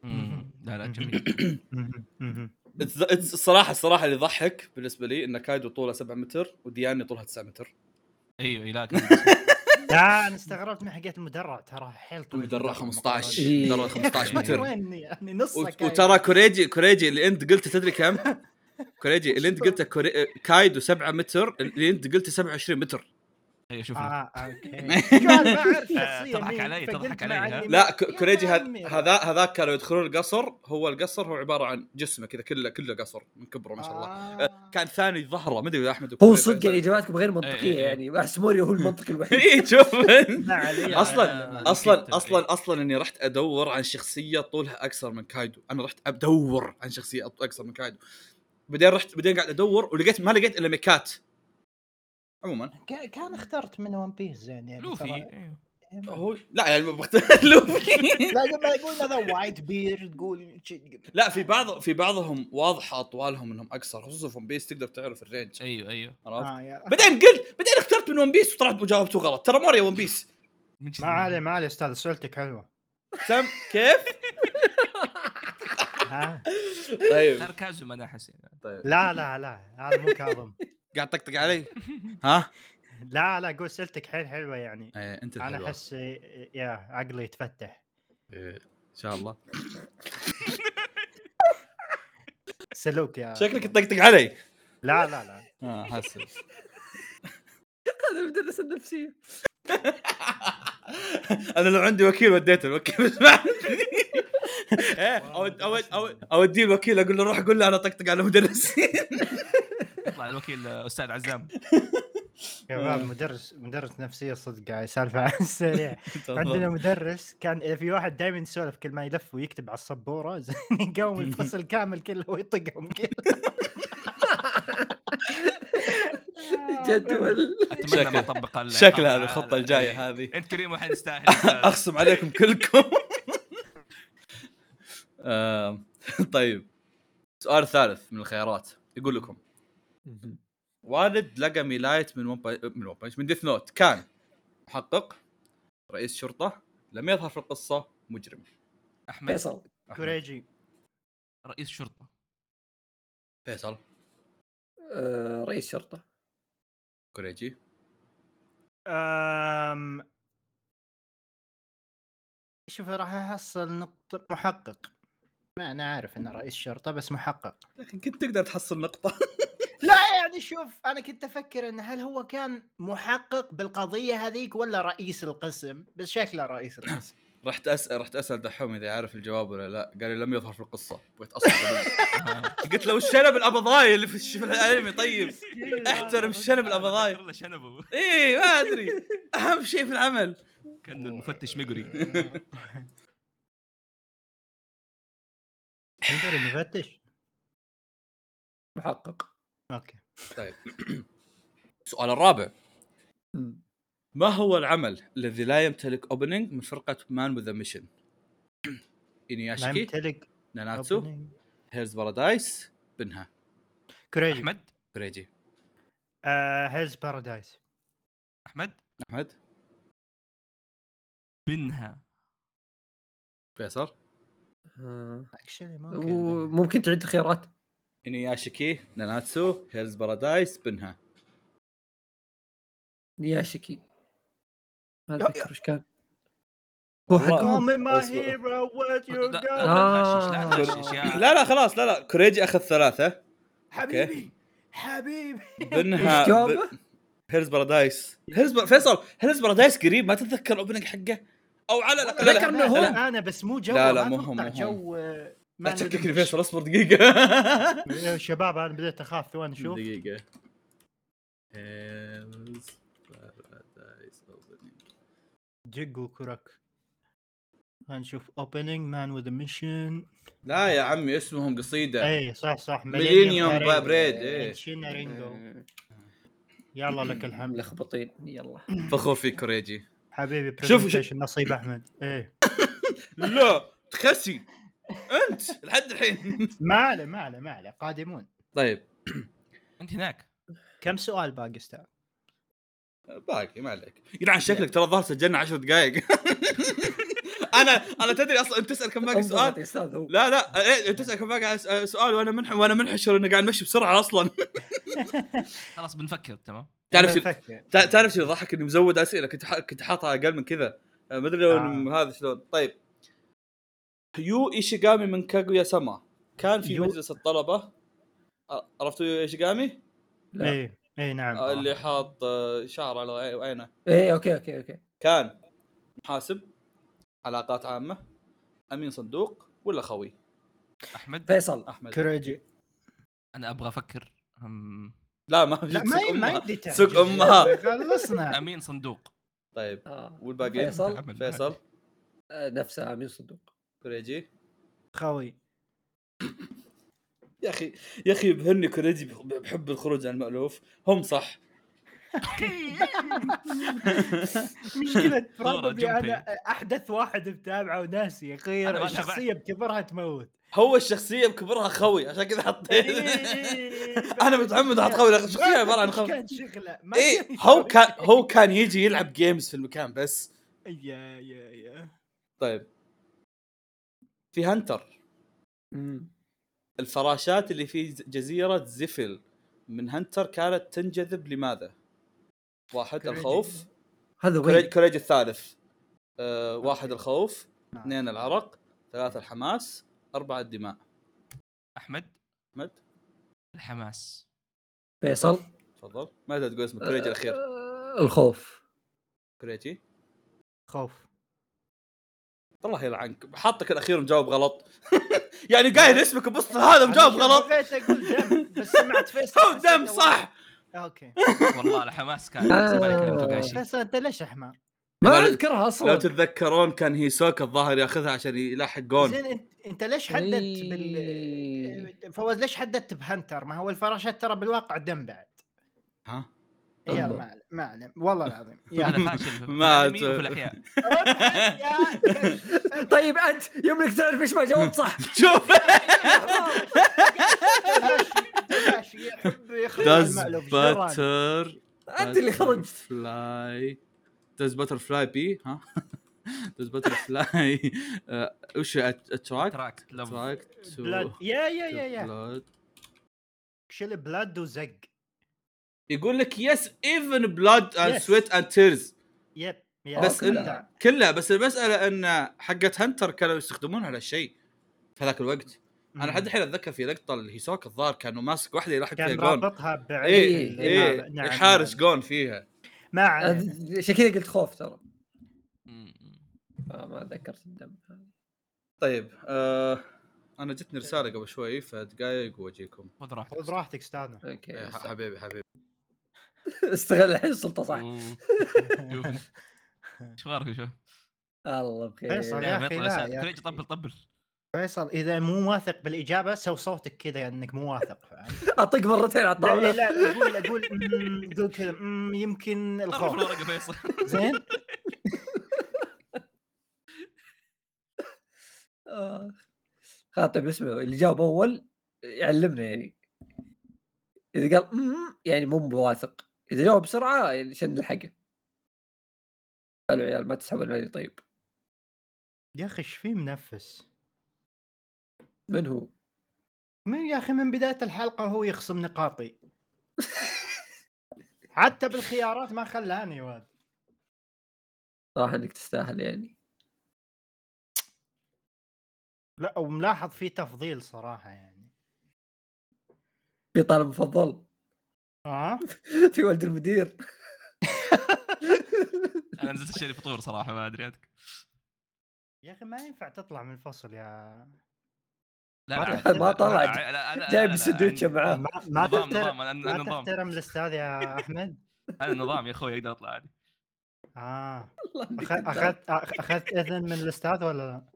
Speaker 3: مم. لا لا جميل
Speaker 2: مهم، مهم.
Speaker 1: It's the- it's الصراحة الصراحة اللي يضحك بالنسبة لي أن كايدو طوله 7 متر ودياني طولها 9 متر
Speaker 3: ايوه إيه، لا
Speaker 2: لا انا استغربت من حقت المدرع ترى حيل طويل
Speaker 1: المدرع 15
Speaker 4: إيه.
Speaker 1: المدرع 15
Speaker 2: متر
Speaker 1: متر
Speaker 2: وين يعني نصك
Speaker 1: وت- وترى كوريجي كوريجي اللي انت قلته تدري كم؟ كوريجي اللي انت قلته كوري... كايدو 7 متر اللي انت قلته 27 متر
Speaker 3: ايوه شوف
Speaker 2: اه اوكي قال ما اعرف
Speaker 3: آه،
Speaker 2: شخصية
Speaker 3: تضحك
Speaker 2: مين،
Speaker 3: علي، تضحك
Speaker 2: فقلت
Speaker 3: علي،
Speaker 2: مع
Speaker 3: ها؟
Speaker 2: إني ما-
Speaker 1: لا ك...
Speaker 2: يا
Speaker 1: كوريجي
Speaker 2: عمي.
Speaker 1: هذ- هذا هذاك كانوا يدخلون القصر هو القصر هو عباره عن جسمه كذا كله كله قصر من كبره ما شاء الله
Speaker 2: آه.
Speaker 1: كان ثاني ظهره ما ادري إذا احمد
Speaker 4: هو
Speaker 1: وكوريجي-
Speaker 4: صدق يعني اجاباتكم غير
Speaker 3: إيه،
Speaker 4: منطقيه
Speaker 3: إيه.
Speaker 4: يعني احس موريا هو المنطق الوحيد
Speaker 1: اي إيه، شوف
Speaker 2: ما علي
Speaker 1: اصلا
Speaker 3: أنا-
Speaker 1: اصلا اصلا اصلا اني رحت ادور عن شخصيه طولها اكثر من كايدو انا رحت ادور عن شخصيه أط- اكثر من كايدو بعدين رحت بعدين قاعد ادور ولقيت ما لقيت الا ميكات عموما
Speaker 2: ك- كان اخترت من ون بيس زين يعني
Speaker 3: لوفي
Speaker 2: ترى-
Speaker 3: أيوه.
Speaker 1: هو لا يعني بخت- لوفي
Speaker 2: لا لما يقول هذا وايت بير تقول شي-
Speaker 1: لا في بعض في بعضهم واضحه اطوالهم انهم اكثر خصوصا في ون بيس تقدر تعرف الرينج
Speaker 3: ايوه ايوه
Speaker 1: عرفت؟
Speaker 2: آه، يا-
Speaker 1: بعدين قلت بعدين اخترت من ون بيس وطلعت وجاوبته غلط ترى موريا ون بيس
Speaker 3: من جد.
Speaker 2: ما علي ما علي استاذ سؤالتك حلوه
Speaker 1: سم كيف؟
Speaker 2: ها
Speaker 1: طيب
Speaker 3: ساركازم انا احس يعني.
Speaker 2: لا لا لا هذا مو كاظم
Speaker 1: قاعد تطقطق علي ها؟
Speaker 2: لا لا قول سالتك حيل حلوه يعني
Speaker 1: ايه انت
Speaker 2: انا
Speaker 1: الحلوة.
Speaker 2: احس يا عقلي يتفتح
Speaker 1: إيه، ان شاء الله
Speaker 2: سلوك يا
Speaker 1: شكلك تطقطق علي
Speaker 2: لا لا لا
Speaker 1: اه حسن
Speaker 4: هذا المدرس النفسيه
Speaker 1: انا لو عندي وكيل وديته الوكيل بس ما عندي. إيه، أود- أود- أود- اوديه الوكيل اقول له روح قول له انا طقطق على مدرسين
Speaker 3: يطلع الوكيل آه، استاذ عزام
Speaker 2: شباب مدرس مدرس نفسيه صدق قاعد سالفه على السريع عندنا مدرس كان في واحد دائما يسولف كل ما يلف ويكتب على السبوره زين يقوم الفصل كامل كله ويطقهم كله
Speaker 4: جدول
Speaker 3: اتمنى ما اطبق ال-
Speaker 1: شكل هذه
Speaker 3: على-
Speaker 1: الخطه الجايه هذه
Speaker 3: انت كريم واحد يستاهل
Speaker 1: اقسم عليكم كلكم آم، طيب السؤال الثالث من الخيارات يقول لكم والد لقى ميلايت من ون باي- من ون بانش- من ديث نوت كان محقق رئيس شرطه لم يظهر في القصه مجرم
Speaker 3: احمد
Speaker 4: فيصل
Speaker 1: أحمد.
Speaker 2: كوريجي
Speaker 3: رئيس شرطه
Speaker 1: فيصل
Speaker 4: آه، رئيس شرطه
Speaker 1: كوريجي
Speaker 2: أم... آمم. شوف راح احصل نقطة محقق ما انا عارف انه رئيس شرطة بس محقق
Speaker 1: يا اخي كنت تقدر تحصل نقطه
Speaker 2: لا يعني شوف انا كنت افكر ان هل هو كان محقق بالقضية هذيك ولا رئيس القسم بس شكله رئيس القسم
Speaker 1: رحت اسال رحت اسال دحوم اذا يعرف الجواب ولا لا قال لي لم يظهر في القصه بغيت اصلا
Speaker 3: آه.
Speaker 1: قلت له الشنب الابضاي اللي في الش- في الانمي طيب احترم الشنب الابضاي
Speaker 3: والله شنبه
Speaker 1: ايه ما ادري اهم شيء في العمل
Speaker 3: كان المفتش مقري
Speaker 1: إيه.
Speaker 2: مدري مفتش
Speaker 4: محقق
Speaker 2: اوكي
Speaker 1: السؤال طيب. الرابع
Speaker 4: مم.
Speaker 1: ما هو العمل الذي لا يمتلك اوبننج من فرقه مان وذا ميشن؟
Speaker 2: ما
Speaker 1: انياشكي
Speaker 2: يمتلك
Speaker 1: ناناتسو
Speaker 2: opening.
Speaker 1: هيرز بارادايس بنها
Speaker 2: كوريجي
Speaker 3: احمد
Speaker 1: كريجي
Speaker 2: آه هيلز بارادايس
Speaker 3: احمد
Speaker 1: احمد
Speaker 3: بنها
Speaker 1: فيصل
Speaker 4: آه،
Speaker 2: اكشلي ممكن
Speaker 4: وممكن تعيد الخيارات
Speaker 1: انياشكي ناناتسو هيرز بارادايس بنها
Speaker 4: نياشكي ما
Speaker 2: يا-
Speaker 4: اتذكر ايش كان هو
Speaker 2: Call
Speaker 4: حق
Speaker 2: me my
Speaker 1: أصبر.
Speaker 2: hero, what you
Speaker 3: لا- لا-
Speaker 2: got.
Speaker 3: لا تغشش، لا
Speaker 4: آه.
Speaker 3: تغشش يا-
Speaker 1: لا لا خلاص لا لا كريجي اخذ ثلاثه
Speaker 2: حبيبي حبيبي
Speaker 1: بنها
Speaker 4: ايش جوابه؟
Speaker 1: هيرز بارادايس هيرز ب... فيصل هيرز بارادايس قريب ما تتذكر اوبننج حقه او على الاقل
Speaker 4: ذكر إنه هو.
Speaker 1: لا,
Speaker 2: انا بس مو جو
Speaker 1: لا، لا،
Speaker 2: ما
Speaker 1: مو
Speaker 2: أتوقع
Speaker 1: هم، مو هم.
Speaker 2: جو آه،
Speaker 1: لا
Speaker 2: ما
Speaker 1: تشككني
Speaker 2: ندري.
Speaker 1: فيصل اصبر دقيقه
Speaker 2: يا شباب انا بديت اخاف ثواني شوف
Speaker 1: دقيقة Hell's Paradise Opening.
Speaker 2: جيج وكرك هنشوف اوبننج مان وذ ميشن
Speaker 1: لا يا عمي اسمهم قصيدة
Speaker 2: اي إيه، صح صح
Speaker 1: Millennium
Speaker 2: Parade.
Speaker 1: Parade، إيه.
Speaker 2: Ancient Ringo.
Speaker 4: آه،
Speaker 2: يلا لك الحمد
Speaker 4: ملخبطين يلا
Speaker 1: فخور فيك كوريجي
Speaker 2: حبيبي
Speaker 1: شوف- شوف.
Speaker 2: presentation نصيب احمد ايه
Speaker 1: لا تخسي انت لحد الحين
Speaker 2: ما عليه ما عليه ما عليه قادمون
Speaker 1: طيب
Speaker 3: انت هناك
Speaker 2: كم سؤال باقي استاذ؟
Speaker 1: باقي ما عليك يعني. يلعن شكلك ترى الظاهر سجلنا 10 دقائق انا انا تدري اصلا انت تسال كم باقي
Speaker 4: انضبط
Speaker 1: سؤال
Speaker 4: يا استاذ هو
Speaker 1: لا لا إيه، تسال كم باقي س- سؤال وانا منح وانا منحشر اني قاعد امشي بسرعه اصلا
Speaker 3: خلاص بنفكر تمام
Speaker 1: تعرف شو-
Speaker 2: أفكر.
Speaker 1: تع- تعرف شو ضحك اني مزود اسئله كنت ح- كنت حاطها اقل من كذا آه، ما ادري لو
Speaker 2: آه.
Speaker 1: إن هذا شلون طيب يو ايشيغامي من كاغويا سما كان في
Speaker 2: يو-
Speaker 1: مجلس الطلبه آه، عرفتوا يو ايشيغامي
Speaker 4: لا. إيه،
Speaker 2: ايه ايه نعم
Speaker 1: آه، اللي حاط آه، شعر على عي- عينه
Speaker 4: ايه اوكي اوكي اوكي
Speaker 1: كان محاسب علاقات عامه امين صندوق ولا خوي
Speaker 3: احمد
Speaker 4: فيصل
Speaker 1: احمد
Speaker 2: كوريجي
Speaker 3: انا ابغى افكر أم،
Speaker 1: لا ما
Speaker 2: لا
Speaker 1: سوق
Speaker 2: ما ما
Speaker 1: أمها.
Speaker 2: يدري
Speaker 1: سوق امها
Speaker 2: خلصنا
Speaker 3: امين صندوق
Speaker 1: طيب
Speaker 4: آه.
Speaker 1: والباقيين؟
Speaker 4: فيصل
Speaker 3: أحمد.
Speaker 1: فيصل
Speaker 4: آه، نفسه امين صدوق
Speaker 1: كوريجي
Speaker 2: خوي
Speaker 1: يا اخي يا اخي بهني كوريجي بح- بحب الخروج عن المالوف هم صح
Speaker 2: مشكلة
Speaker 3: دورة
Speaker 2: ربي انا
Speaker 3: جمبي.
Speaker 2: احدث واحد متابعه وناسي
Speaker 3: أنا
Speaker 2: غير
Speaker 3: ما تابعت.
Speaker 2: الشخصية بكبرها تموت
Speaker 1: هو الشخصيه بكبرها خوي عشان كذا حطيت
Speaker 2: إيه،
Speaker 1: انا إيه. متعمد احط خوي لأن الشخصيه عباره عن خوي
Speaker 2: كان شغله ما
Speaker 1: اي
Speaker 2: كان
Speaker 1: هو
Speaker 2: يسوي.
Speaker 1: كان هو كان يجي يلعب جيمز في المكان بس
Speaker 2: يا يا يا
Speaker 1: طيب في هنتر
Speaker 4: مم.
Speaker 1: الفراشات اللي في ز- جزيره زفل من هنتر كانت تنجذب لماذا؟ واحد
Speaker 2: كوريجي.
Speaker 1: الخوف
Speaker 4: هذا
Speaker 1: كوريج
Speaker 4: وين
Speaker 1: كوريج الثالث أه واحد الخوف
Speaker 2: نعم.
Speaker 1: اثنين العرق ثلاثة الحماس أربعة الدماء
Speaker 3: احمد
Speaker 1: أحمد
Speaker 3: الحماس
Speaker 4: فيصل
Speaker 1: تفضل ما تقول اسمك كوريج الأخير
Speaker 4: آه، الخوف
Speaker 1: كريتي
Speaker 2: خوف
Speaker 1: والله يلعنك حاطك الاخير مجاوب غلط يعني قايل اسمك بوسط هذا مجاوب غلط
Speaker 2: أنا حبيت اقول دم بس سمعت فيصل
Speaker 1: او دم صح
Speaker 2: اوكي
Speaker 3: والله الحماس كان أحسن ما يكلم توغاشي.
Speaker 2: فيصل انت ليش حمار؟
Speaker 4: ما
Speaker 1: لو-
Speaker 4: اذكرها
Speaker 1: لو
Speaker 4: اصلا
Speaker 1: تتذكرون كان هيسوك الظاهر ياخذها عشان يلحق جون
Speaker 2: زين انت انت ليش حددت
Speaker 4: إيه.
Speaker 1: إيه.
Speaker 2: بال يعني فوز ليش حددت بهنتر؟ ما هو الفراشات ترى بالواقع دم بعد
Speaker 1: ها
Speaker 2: يلا ما علم ما علم والله العظيم يلا
Speaker 3: انا فاشل في
Speaker 1: ما
Speaker 3: الأنمي وفي
Speaker 1: أت-
Speaker 3: الاحياء
Speaker 2: يا-
Speaker 4: طيب انت يملك تعرف ايش ما جاوبت صح
Speaker 1: شوف
Speaker 2: توغاشي يحب يخرب
Speaker 1: داز
Speaker 2: المقلب جران.
Speaker 1: باتر
Speaker 4: انت اللي خرجت
Speaker 1: فلاي داز باتر فلاي بي ها داز باتر فلاي وش اتراكت
Speaker 3: تراك لو
Speaker 1: اتراكت
Speaker 2: بلاد يا يا يا يا شيل بلاد وزق
Speaker 1: يقول لك يس ايفن بلاد اند
Speaker 2: Yes.
Speaker 1: سويت اند تيرز
Speaker 2: يب يا
Speaker 1: بس
Speaker 4: أوكي.
Speaker 2: إنت-
Speaker 1: كلها بس المساله ان حقت هنتر كانوا يستخدمونها لهالشيء في هذاك الوقت انا لحد الحين اتذكر في لقطه الهيسوك الظاهر كانوا ماسك واحده يلحق فيها
Speaker 2: كان نعم،
Speaker 1: جون
Speaker 2: رابطها بعيد
Speaker 1: اي
Speaker 4: إيه،
Speaker 1: اي يحارس جون فيها
Speaker 2: ما علينا.
Speaker 4: عشان كذا قلت خوف ترى آه، ما ذكرت الدم
Speaker 1: طيب آه انا جتني رساله قبل شوي فدقايق واجيكم
Speaker 3: خذ راحتك
Speaker 2: خذ راحتك استاذنا
Speaker 1: إيه،
Speaker 4: اوكي
Speaker 1: ح- حبيبي حبيبي
Speaker 4: استغل الحين السلطه صح
Speaker 3: أوه. شوف. ايش غارك شوف
Speaker 4: الله
Speaker 2: فيصل
Speaker 4: بخير
Speaker 2: طيب يا
Speaker 3: نعم،
Speaker 2: أخي،
Speaker 3: يطلع
Speaker 2: لا،
Speaker 3: لسان.
Speaker 2: يا
Speaker 3: كريج
Speaker 2: أخي.
Speaker 3: طبل طبل
Speaker 2: فيصل اذا مو واثق بالاجابه سو صوتك كذا انك مو واثق فاهم؟
Speaker 4: اطق مرتين على
Speaker 2: لا
Speaker 4: الطاوله
Speaker 2: لا اقول اقول أمم، قول كذا أمم، يمكن
Speaker 3: طرف
Speaker 2: الخوف
Speaker 3: الورقه فيصل
Speaker 2: زين
Speaker 4: آه. خاطب اسمه اللي جاوب اول يعلمنا يعني اذا قال امم يعني مو بواثق اذا جاوب بسرعه يعني عشان نلحقه قالوا عيال ما تسحبون علي طيب
Speaker 2: يا اخي ايش في منفس؟
Speaker 4: من هو؟
Speaker 2: من يا اخي من بدايه الحلقه هو يخصم نقاطي حتى بالخيارات ما خلاني واد
Speaker 4: صراحه انك تستاهل يعني
Speaker 2: لا وملاحظ في تفضيل صراحه يعني
Speaker 4: في طالب مفضل
Speaker 3: آه؟
Speaker 2: اه
Speaker 4: في ولد المدير
Speaker 3: انا نزلت اشتري فطور صراحه ما ادري عندك
Speaker 2: يا اخي ما ينفع تطلع من الفصل يا
Speaker 3: لا
Speaker 2: ما-
Speaker 3: عاد-
Speaker 4: ما طلع.
Speaker 3: لا، لا، لا،
Speaker 4: جايب
Speaker 3: لا،
Speaker 4: السندوتش
Speaker 3: عندي-
Speaker 4: معاه
Speaker 2: ما, ما
Speaker 3: آه،
Speaker 2: تحترم
Speaker 3: نظام نظام انا أنا
Speaker 2: ما
Speaker 3: نظام
Speaker 2: تحترم الاستاذ يا احمد
Speaker 3: انا نظام يا اخوي اقدر اطلع عادي
Speaker 2: اه
Speaker 4: والله إنك
Speaker 2: أخ-
Speaker 4: أنت.
Speaker 2: اخذت أخ- اخذت اذن من الاستاذ ولا لا؟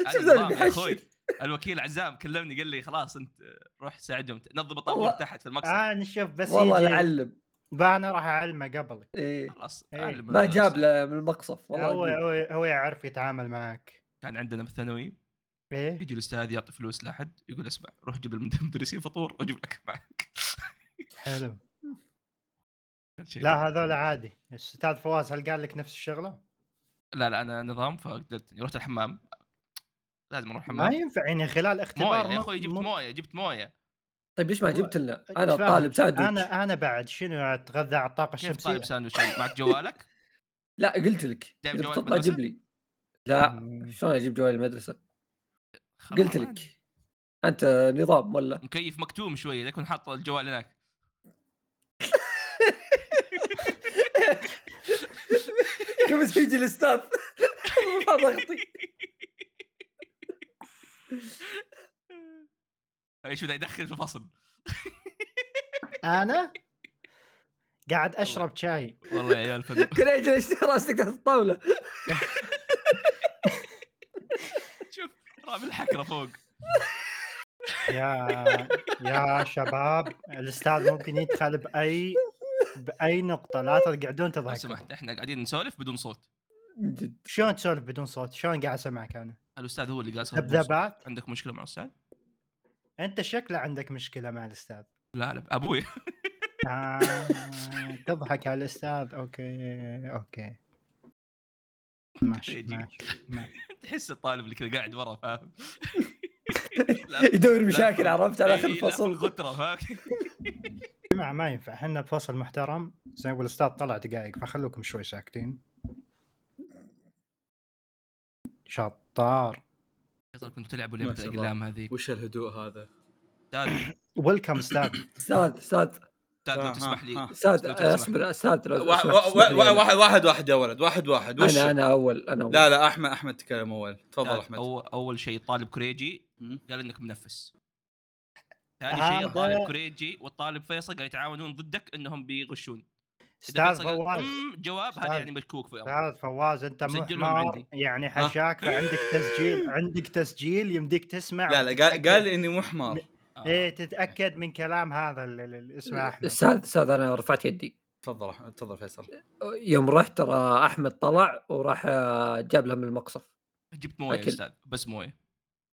Speaker 3: أنا
Speaker 4: شوف ذا اللي
Speaker 3: نظام يا اخوي
Speaker 4: بيحشر.
Speaker 3: الوكيل عزام كلمني قال لي خلاص انت روح ساعدهم نظم
Speaker 4: والله.
Speaker 3: الطابور تحت في المقصد
Speaker 2: آه نشوف بس
Speaker 4: والله
Speaker 2: يجي.
Speaker 4: نعلم
Speaker 2: بقى انا راح اعلمه قبلك
Speaker 4: ايه
Speaker 3: خلاص
Speaker 2: إيه.
Speaker 3: أعلم
Speaker 4: ما
Speaker 3: الناس.
Speaker 4: جاب له من المقصف
Speaker 2: هو
Speaker 4: والله
Speaker 2: هو هو يعرف يتعامل معك
Speaker 3: كان عندنا بالثانوي
Speaker 2: ايه
Speaker 3: يجي الاستاذ يعطي فلوس لاحد يقول اسمع روح جيب المدرسين فطور واجيب لك معك
Speaker 2: حلو
Speaker 3: كان شيء.
Speaker 2: لا هذول عادي الاستاذ فواز هل قال لك نفس الشغله؟
Speaker 3: لا لا انا نظام فقدرت إني رحت الحمام لازم اروح
Speaker 2: ما
Speaker 3: الحمام
Speaker 2: ينفع يعني خلال
Speaker 3: مويه
Speaker 2: اختبار
Speaker 3: يا
Speaker 2: مو-
Speaker 3: اخوي جبت
Speaker 2: مو-
Speaker 3: مويه جبت مويه
Speaker 4: طيب ليش ما جبت لنا؟ انا
Speaker 2: فاهم.
Speaker 4: طالب ساندويتش
Speaker 2: انا انا بعد شنو اتغذى على الطاقه
Speaker 3: كيف
Speaker 2: الشمسيه؟
Speaker 3: طالب ساندويتش معك جوالك؟
Speaker 4: لا قلت لك
Speaker 3: جايب
Speaker 4: إذا
Speaker 3: جوال
Speaker 4: بتطلع
Speaker 3: المدرسة؟ آه.
Speaker 4: جيب لي لا
Speaker 2: مم.
Speaker 4: شلون اجيب جوال المدرسه؟
Speaker 3: خلاص
Speaker 4: قلت
Speaker 3: عادي.
Speaker 4: لك انت نظام ولا؟
Speaker 3: مكيف مكتوم شوي لا يكون حاط الجوال هناك
Speaker 4: كيف يجي الاستاذ ما ضغطي
Speaker 3: ايش بدا يدخل في الفصل
Speaker 2: انا قاعد اشرب شاي
Speaker 3: والله يا عيال فندق
Speaker 4: كريج ليش راسك تحت الطاوله؟
Speaker 3: شوف رامي الحكره فوق
Speaker 2: يا يا شباب الاستاذ ممكن يدخل باي باي نقطه لا تقعدون
Speaker 3: لو
Speaker 2: تضحكون
Speaker 3: سمحت احنا قاعدين نسولف بدون صوت
Speaker 4: من جد
Speaker 2: شلون تسولف بدون صوت؟ شلون قاعد اسمعك انا؟
Speaker 3: الاستاذ هو اللي قال صوت بدون صوت.
Speaker 2: ذبذبات
Speaker 3: عندك مشكله مع الاستاذ؟
Speaker 2: انت شكله عندك مشكله مع الاستاذ
Speaker 3: لا لا ابوي
Speaker 2: آه، تضحك على الاستاذ اوكي اوكي ماشي
Speaker 3: يجيك.
Speaker 2: ماشي ماشي.
Speaker 3: تحس الطالب اللي كذا قاعد ورا فاهم
Speaker 4: يدور مشاكل عرفت على اخر
Speaker 3: إيه، لا،
Speaker 4: الفصل
Speaker 3: غتره فاهم
Speaker 2: جماعه ما ينفع احنا بفصل محترم زين والاستاذ طلع دقائق فخلوكم شوي ساكتين شطار
Speaker 3: فيصل كنت تلعبوا
Speaker 1: ما
Speaker 3: لعبه
Speaker 1: شاء الله.
Speaker 3: الاقلام هذيك
Speaker 1: وش الهدوء هذا
Speaker 3: استاذ
Speaker 2: ويلكم استاذ
Speaker 4: استاذ استاذ
Speaker 3: استاذ لو
Speaker 1: آه،
Speaker 3: تسمح لي
Speaker 1: آه.
Speaker 4: استاذ
Speaker 3: لو تسمح.
Speaker 4: اصبر استاذ لو-
Speaker 1: وا-
Speaker 4: اسمح-
Speaker 1: وا-
Speaker 4: اسمح لي
Speaker 1: وا-
Speaker 4: أنا.
Speaker 1: واحد واحد واحد يا ولد واحد واحد وش
Speaker 4: انا انا اول انا اول
Speaker 1: لا لا احمد احمد تكلم اول تفضل
Speaker 3: أستاذ،
Speaker 1: احمد
Speaker 3: اول اول شيء طالب كريجي
Speaker 1: مم.
Speaker 3: قال انك منفس ثاني شيء
Speaker 2: هذا-
Speaker 3: الطالب كريجي والطالب فيصل قاعد يتعاونون ضدك انهم بيغشون إذا
Speaker 2: استاذ
Speaker 3: فيصل قال،
Speaker 2: فواز
Speaker 3: "أمم، جواب هذا
Speaker 2: أستاذ-
Speaker 3: يعني مشكوك في أمره.
Speaker 2: استاذ فواز انت مو
Speaker 3: مسجلهم
Speaker 2: حمار
Speaker 3: عندي.
Speaker 2: يعني حشاك فعندك تسجيل عندك تسجيل يمديك تسمع
Speaker 1: لا لا قال
Speaker 2: وتتأكد.
Speaker 1: قال اني مو حمار
Speaker 3: آه.
Speaker 2: ايه تتاكد من كلام هذا ال- ال- ال- اسمه احمد
Speaker 4: استاذ استاذ انا رفعت يدي
Speaker 1: تفضل احمد تفضل فيصل
Speaker 4: يوم رحت ترى احمد طلع وراح آه، جاب له من المقصف
Speaker 3: جبت مويه يا
Speaker 4: أكل.
Speaker 3: استاذ بس مويه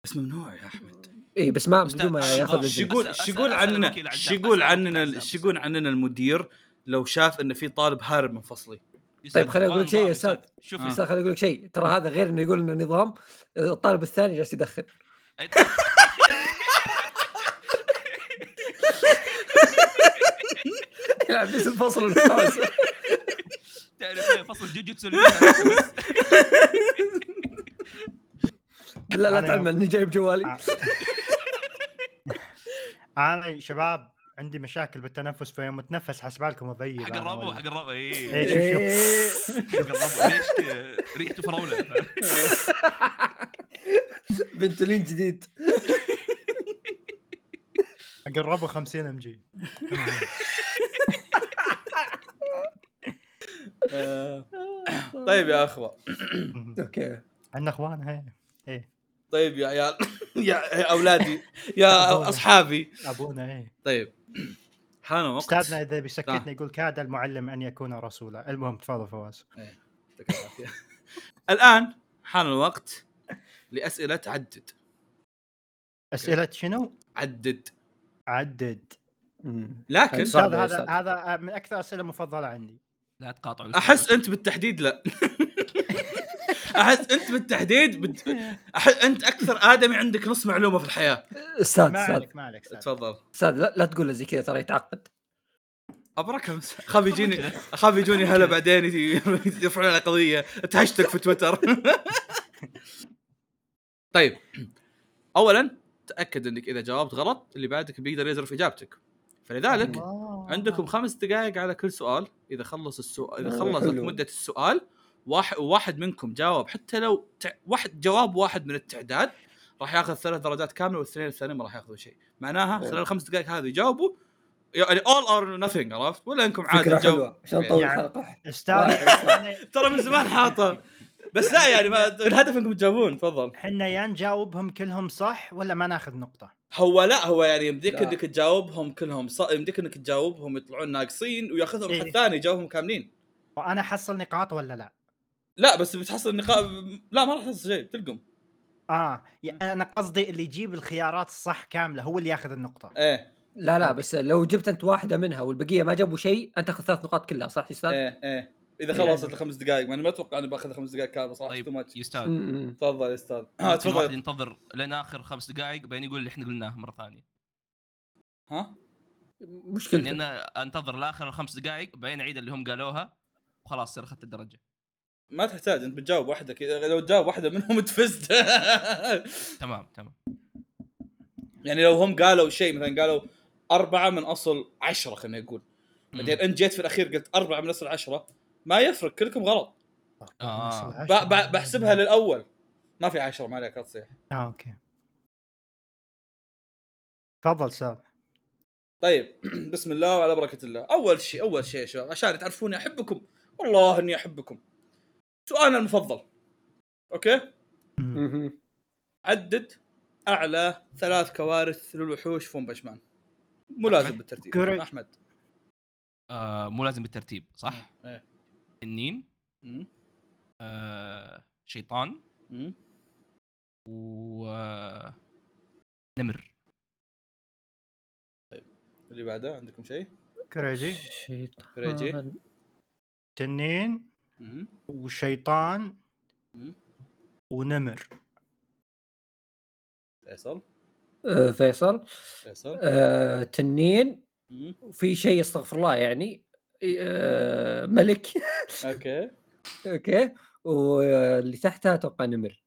Speaker 1: بس ممنوع يا احمد
Speaker 4: اي إيه، بس ما
Speaker 3: أستاذ،
Speaker 4: بدون
Speaker 1: آه،
Speaker 4: ما
Speaker 3: أستاذ،
Speaker 4: ياخذ
Speaker 1: شو
Speaker 4: الجنيه.
Speaker 1: يقول
Speaker 3: أسأل-
Speaker 1: شو يقول
Speaker 3: أسأل
Speaker 1: عننا
Speaker 3: الوكيل
Speaker 1: شو
Speaker 3: عزام،
Speaker 1: يقول
Speaker 3: أسأل
Speaker 1: عننا
Speaker 3: الوكيل
Speaker 1: شو
Speaker 3: عزام.
Speaker 1: يقول عننا المدير لو شاف ان في طالب هارب من فصلي
Speaker 4: طيب، خليني أقول لك شيء يا
Speaker 3: أستاذ، شوف
Speaker 1: آه.
Speaker 3: يا
Speaker 4: بس خليني اقول لك شيء ترى هذا غير انه يقول انه نظام الطالب الثاني جالس يدخن
Speaker 3: أستاذ.
Speaker 4: يلعب يعني بس الفصل والفوز.
Speaker 3: تعرف إيه، فصل جوجيتسو اللي فيها.
Speaker 4: لا لا
Speaker 2: أنا-
Speaker 4: تعمل اني جايب جوالي
Speaker 2: آه. انا شباب عندي مشاكل بالتنفس فيوم اتنفس حسبالكم اضيق
Speaker 3: حق الربع حق الربع
Speaker 2: إيه،
Speaker 3: اي
Speaker 2: شوف شوف.
Speaker 4: إيه.
Speaker 3: حق الربع ليش كده؟ ريحته فراوله
Speaker 4: بنتولين إيه، جديد
Speaker 2: حق الربع 50 ام جي
Speaker 1: طيب يا اخوه
Speaker 4: اوكي
Speaker 2: عندنا إيه، اخوان هي
Speaker 1: طيب يا عيال يا يا اولادي يا اصحابي
Speaker 2: ابونا ايه
Speaker 1: طيب حان وقت
Speaker 2: استاذنا اذا بيسكتنا يقول كاد المعلم ان يكون رسولا المهم تفضل فواز
Speaker 1: يعطيك العافية. الان حان الوقت لاسئله عدد
Speaker 2: اسئله شنو؟
Speaker 1: عدد
Speaker 2: عدد
Speaker 1: لكن
Speaker 4: طيب، صعب
Speaker 2: هذا
Speaker 4: يا
Speaker 2: هذا
Speaker 4: أستاذ.
Speaker 2: هذا آه، من اكثر الاسئله المفضله عندي
Speaker 3: لا تقاطعوا
Speaker 1: احس انت بالتحديد لا احس انت بالتحديد بت... أح... انت اكثر ادمي عندك نص معلومه في الحياه
Speaker 4: استاذ
Speaker 2: ما
Speaker 4: استاذ
Speaker 2: عليك ما عليك أستاذ.
Speaker 1: تفضل
Speaker 4: استاذ لا, لا تقول له زي كذا ترى يتعقد
Speaker 1: ابرك امس اخاف يجيني اخاف يجوني هلا بعدين يجي- يرفعون على قضيه تهشتك في تويتر طيب اولا تاكد انك اذا جاوبت غلط اللي بعدك بيقدر يزرف اجابتك فلذلك
Speaker 2: الله.
Speaker 1: عندكم خمس دقائق على كل سؤال اذا خلص السؤال اذا
Speaker 4: أوه،
Speaker 1: خلصت
Speaker 4: حلو.
Speaker 1: مده السؤال واحد واحد منكم جاوب حتى لو تع... واحد جواب واحد من التعداد راح ياخذ ثلاث درجات كامله والاثنين الثانيين ما راح ياخذوا شيء معناها
Speaker 4: أوه.
Speaker 1: خلال الخمس دقائق هذه جاوبوا يعني اول اور نثينج عرفت ولا انكم عادي
Speaker 4: فكره
Speaker 1: تجاوبوا
Speaker 4: حلوه عشان نطول
Speaker 2: يعني-
Speaker 4: الحلقه
Speaker 2: استاذ إحنا-
Speaker 1: ترى من زمان حاطه بس لا يعني ما... الهدف انكم تجاوبون تفضل
Speaker 2: احنا يا نجاوبهم كلهم صح ولا ما ناخذ نقطه
Speaker 1: هو لا هو يعني يمديك
Speaker 4: لا.
Speaker 1: انك تجاوبهم كلهم ص... يمديك انك تجاوبهم يطلعون ناقصين وياخذهم
Speaker 2: إيه.
Speaker 1: واحد ثاني يجاوبهم كاملين
Speaker 2: وانا احصل نقاط ولا لا؟
Speaker 1: لا بس بتحصل النقاب لا ما راح تحصل شيء بتلقم
Speaker 2: اه يعني انا قصدي اللي يجيب الخيارات الصح كامله هو اللي ياخذ النقطه
Speaker 1: ايه
Speaker 4: لا لا بس لو جبت انت واحده منها والبقيه ما جابوا شيء انت اخذ ثلاث نقاط كلها صح يا
Speaker 3: إيه.
Speaker 4: استاذ؟
Speaker 1: ايه ايه اذا
Speaker 2: يعني-
Speaker 1: خلصت الخمس دقائق ما انا ما اتوقع اني باخذ خمس دقائق كامله صراحه
Speaker 3: طيب
Speaker 1: too much.
Speaker 3: يا استاذ
Speaker 4: أمم.
Speaker 1: تفضل يا استاذ ها
Speaker 3: ممكن واحد
Speaker 1: آه، تفضل
Speaker 3: ينتظر لين اخر خمس دقائق بعدين يقول اللي احنا قلناه مره ثانيه
Speaker 1: ها
Speaker 3: يعني
Speaker 4: مشكلة
Speaker 3: انا انتظر لاخر الخمس دقائق بعدين اعيد اللي هم قالوها وخلاص صير اخذت الدرجه
Speaker 1: ما تحتاج انت بتجاوب واحده كذا لو تجاوب واحده منهم انت فزت
Speaker 3: تمام تمام
Speaker 1: يعني لو هم قالوا شيء مثلا قالوا اربعه من اصل عشره خلينا نقول بعدين انت جيت في الاخير قلت اربعه من اصل عشره ما يفرق كلكم غلط
Speaker 3: آه.
Speaker 1: ب- ب- بحسبها للاول ما في عشره ما عليك لا تصيح
Speaker 2: اه اوكي تفضل استاذ
Speaker 1: طيب بسم الله وعلى بركه الله اول شيء اول شيء يا شباب عشان تعرفوني احبكم والله اني احبكم سؤالنا المفضل اوكي
Speaker 4: مهم.
Speaker 1: عدد اعلى ثلاث كوارث للوحوش في ون بنش مان مو لازم بالترتيب
Speaker 2: كوري.
Speaker 1: احمد
Speaker 3: آه مو لازم بالترتيب صح؟
Speaker 1: إيه.
Speaker 3: تنين
Speaker 1: مم.
Speaker 3: آه شيطان
Speaker 1: مم.
Speaker 3: و آه، نمر
Speaker 1: اللي بعده عندكم شيء
Speaker 2: كريجي
Speaker 4: شيطان.
Speaker 1: كريجي.
Speaker 2: تنين
Speaker 1: مم.
Speaker 2: وشيطان
Speaker 1: مم.
Speaker 2: ونمر
Speaker 1: فيصل
Speaker 4: آه، فيصل
Speaker 1: فيصل
Speaker 4: آه، تنين
Speaker 1: مم.
Speaker 4: وفي شيء استغفر الله يعني آه، ملك
Speaker 1: اوكي
Speaker 4: اوكي واللي تحتها اتوقع نمر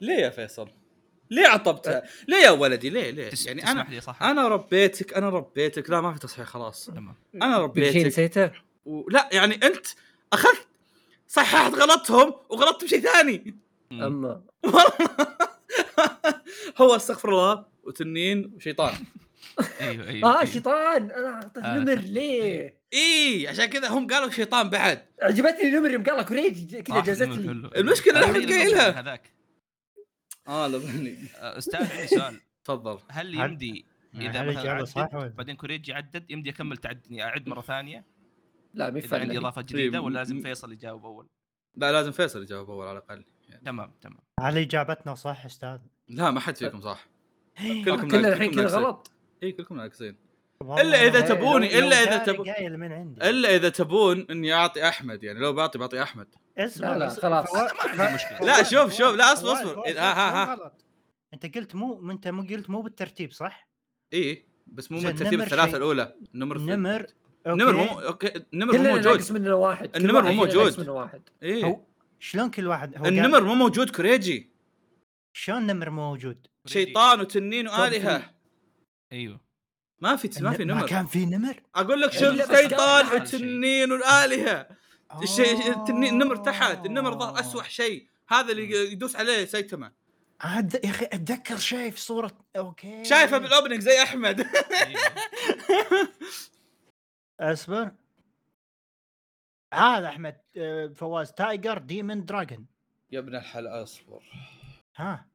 Speaker 1: ليه يا فيصل ليه عطبتها؟ ليه يا ولدي ليه ليه؟
Speaker 3: تس-
Speaker 1: يعني
Speaker 3: تسمح
Speaker 1: انا
Speaker 3: لي صح؟
Speaker 1: انا ربيتك انا ربيتك لا ما في تصحيح خلاص
Speaker 3: تمام
Speaker 1: انا
Speaker 4: شيء
Speaker 1: ربيتك
Speaker 4: نسيته
Speaker 1: ولا يعني انت اخذت صححت غلطهم وغلطت بشيء ثاني
Speaker 3: مم.
Speaker 4: اما
Speaker 1: هو استغفر الله وتنين وشيطان
Speaker 3: ايوه ايوه
Speaker 1: آه،
Speaker 4: اه
Speaker 3: أيوه.
Speaker 4: شيطان انا اعطيته
Speaker 3: آه.
Speaker 4: نمر ليه؟
Speaker 1: اي إيه، عشان كذا هم قالوا شيطان بعد
Speaker 4: عجبتني نمر يوم قال لك ريج كذا
Speaker 3: صح،
Speaker 4: جازتني
Speaker 3: آه، حلو.
Speaker 1: المشكلة
Speaker 3: هذا
Speaker 1: أنا
Speaker 3: مين
Speaker 1: كنت قايلها.
Speaker 3: المصدر هذاك
Speaker 1: اه لبني
Speaker 3: آه، استاذ عندي سؤال
Speaker 1: تفضل
Speaker 3: هل
Speaker 2: هل-
Speaker 3: يمدي
Speaker 2: هل
Speaker 3: اذا مثلا
Speaker 2: الإجابة صح
Speaker 3: عدت
Speaker 2: ولا؟
Speaker 3: بعدين كوريجي عدد يمدي اكمل تعدني اعد مره ثانيه
Speaker 4: لا ما
Speaker 3: اذا عندي
Speaker 4: يفعل
Speaker 3: اضافه جديده
Speaker 1: طيب،
Speaker 3: ولا لازم
Speaker 1: م-
Speaker 3: فيصل يجاوب اول
Speaker 1: لا لازم فيصل يجاوب اول على الاقل
Speaker 3: تمام تمام
Speaker 2: هل اجابتنا صح استاذ؟
Speaker 1: لا ما حد فيكم صح كلكم
Speaker 4: آه، كلنا الحين كذا غلط
Speaker 1: اي إيه، كلكم ناقصين
Speaker 2: والله
Speaker 1: إذا
Speaker 2: أنا-
Speaker 1: تبوني،
Speaker 2: لو- لو
Speaker 1: إلا إذا
Speaker 2: داري
Speaker 1: تبو-
Speaker 2: قايل من عندي
Speaker 1: الا اذا تبون اني اعطي احمد يعني لو بعطي بعطي احمد
Speaker 2: اصبر
Speaker 4: لا، لا،
Speaker 2: بس-
Speaker 4: خلاص.
Speaker 2: فوا-
Speaker 3: ما عندي مشكلة.
Speaker 1: لا،
Speaker 2: فوا-
Speaker 1: شوف، شوف، لا، أصبر،
Speaker 2: فواز،
Speaker 1: أصبر.
Speaker 2: فواز،
Speaker 1: إذا- ها- ها-
Speaker 2: فواز، غلط. انت قلت مو انت مو قلت مو بالترتيب صح؟
Speaker 1: اي إيه، بس مو
Speaker 2: زين،
Speaker 1: من ترتيب
Speaker 2: نمر
Speaker 1: الثلاثه
Speaker 2: شيء.
Speaker 1: الاولى نمر
Speaker 2: نمر أوكي.
Speaker 1: نمر مو اوكي النمر مو
Speaker 4: كلنا
Speaker 1: موجود
Speaker 4: ناقص مننا واحد كل
Speaker 1: النمر
Speaker 4: واحد
Speaker 1: مو
Speaker 4: فينا
Speaker 1: موجود.
Speaker 4: ناقص منه واحد
Speaker 1: اي
Speaker 2: هو- شلون كل واحد هو قال-
Speaker 1: إيه. النمر مو موجود كريجي
Speaker 2: شلون نمر مو موجود؟
Speaker 3: كوريجي.
Speaker 1: شيطان وتنين والهه
Speaker 3: ايوه
Speaker 4: أيوه.
Speaker 1: ما في ما في
Speaker 2: الن- ما
Speaker 1: نمر
Speaker 2: كان في نمر؟
Speaker 1: اقول لك شو
Speaker 4: إلا بس
Speaker 1: الشيطان
Speaker 4: كان-
Speaker 1: والتنين والالهه الشي...
Speaker 2: آه.
Speaker 1: التنين النمر تحت النمر ظهر اسوء شيء هذا اللي يدوس عليه سايتما
Speaker 2: عاد يا اخي اتذكر شايف صوره اوكي
Speaker 1: شايفه بالاوبننج زي احمد
Speaker 3: أيوه.
Speaker 2: اصبر هذا احمد آه، فواز تايجر ديمن دراجون
Speaker 1: يا ابن الحلال اصبر
Speaker 2: ها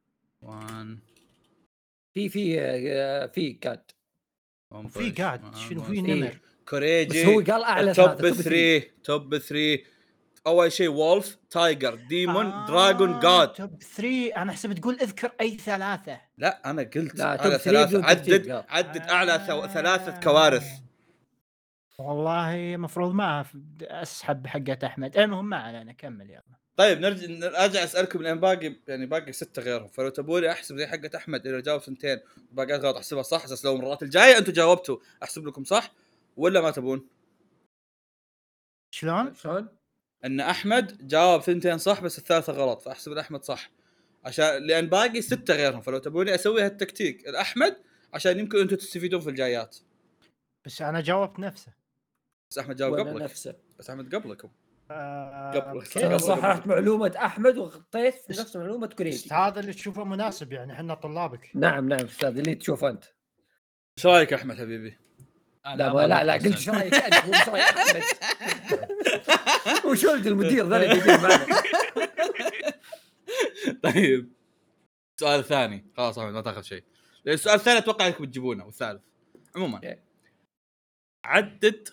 Speaker 1: وان
Speaker 4: في في آه، في كات
Speaker 2: في
Speaker 1: آه،
Speaker 2: قاعد شنو
Speaker 1: إيه.
Speaker 2: في نمر
Speaker 4: بس هو
Speaker 1: كوريجي
Speaker 4: قال اعلى
Speaker 1: توب
Speaker 4: توب ثري.
Speaker 1: 3 توب 3 اول شيء وولف تايجر ديمون
Speaker 2: آه،
Speaker 1: دراجون جاد
Speaker 2: توب 3 انا احسب تقول اذكر اي ثلاثه
Speaker 1: لا انا قلت
Speaker 4: لا، توب
Speaker 1: على
Speaker 4: ثري بدون
Speaker 1: ثلاثه عدد
Speaker 4: ترتيب قال.
Speaker 1: عدد اعلى ثو...
Speaker 2: آه.
Speaker 1: ثلاثه كوارث
Speaker 2: والله مفروض ما أف- اسحب حقة احمد المهم ما علينا كمل يلا
Speaker 1: طيب نرجع ارجع اسالكم لان باقي يعني باقي سته غيرهم فلو تبوني احسب زي حقه احمد اذا جاوب سنتين باقيات غلط احسبها صح اساس لو المرات الجايه انتم جاوبتوا احسب لكم صح ولا ما تبون؟
Speaker 2: شلون؟
Speaker 4: شلون؟
Speaker 1: ان احمد جاوب ثنتين صح بس الثالثه غلط فاحسب الاحمد صح عشان لان باقي سته غيرهم فلو تبوني اسوي هالتكتيك الاحمد عشان يمكن انتم تستفيدون في الجايات
Speaker 2: بس انا جاوبت نفسه
Speaker 1: بس احمد جاوب
Speaker 4: ولا
Speaker 1: قبلك
Speaker 4: نفسه
Speaker 1: بس احمد قبلكم
Speaker 2: آه،
Speaker 1: قبلك.
Speaker 2: أوكي.
Speaker 4: انا صححت معلومه احمد وغطيت في نفس معلومه كوريجي
Speaker 2: بس هذا اللي تشوفه مناسب يعني احنا طلابك
Speaker 4: نعم نعم استاذ اللي تشوفه انت
Speaker 1: ايش رايك يا احمد حبيبي؟
Speaker 3: أنا
Speaker 4: آه، لا
Speaker 3: أبغى
Speaker 4: ما لا لا
Speaker 3: أسأل.
Speaker 4: قلت ايش رايك انت مو ايش رايك احمد وش ولد المدير ذا اللي بيجي معنا
Speaker 1: طيب سؤال ثاني خلاص احمد ما تاخذ شيء لأن السؤال الثاني اتوقع انكم بتجيبونه والثالث عموما
Speaker 4: Yeah.
Speaker 1: عدد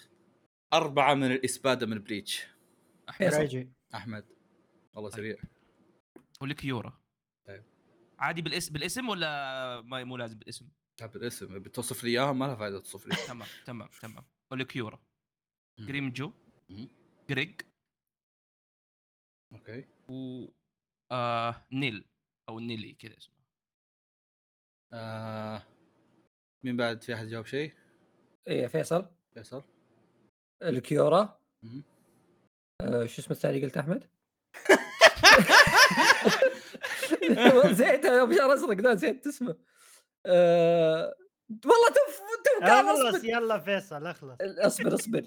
Speaker 1: أربعة من الإسبادة من بليتش
Speaker 3: أحمد،
Speaker 2: كريجي
Speaker 1: أحمد والله سريع
Speaker 3: والكيورا
Speaker 1: طيب.
Speaker 3: عادي بالاسم بالاسم ولا ما مو لازم بالاسم؟
Speaker 1: طب الاسم بتوصف لي إياهم ما لها فائدة توصف لي
Speaker 3: تمام تمام تمام والكيورا
Speaker 1: مم.
Speaker 3: جريمجو
Speaker 1: مم.
Speaker 3: جريج
Speaker 1: أوكي
Speaker 3: و آه نيل او نيلي كذا اسمه
Speaker 1: آه... مين بعد في أحد جاوب شيء؟
Speaker 4: ايه فيصل
Speaker 1: فيصل
Speaker 4: الكيورا
Speaker 1: مهم.
Speaker 4: آه، شو اسمه الثاني قلت احمد زيت يا بشار ازرق ذا زيت اسمه آه، والله توف توف قال
Speaker 2: اخلص
Speaker 4: اصبر
Speaker 2: آه، يلا فيصل اخلص
Speaker 4: اصبر اصبر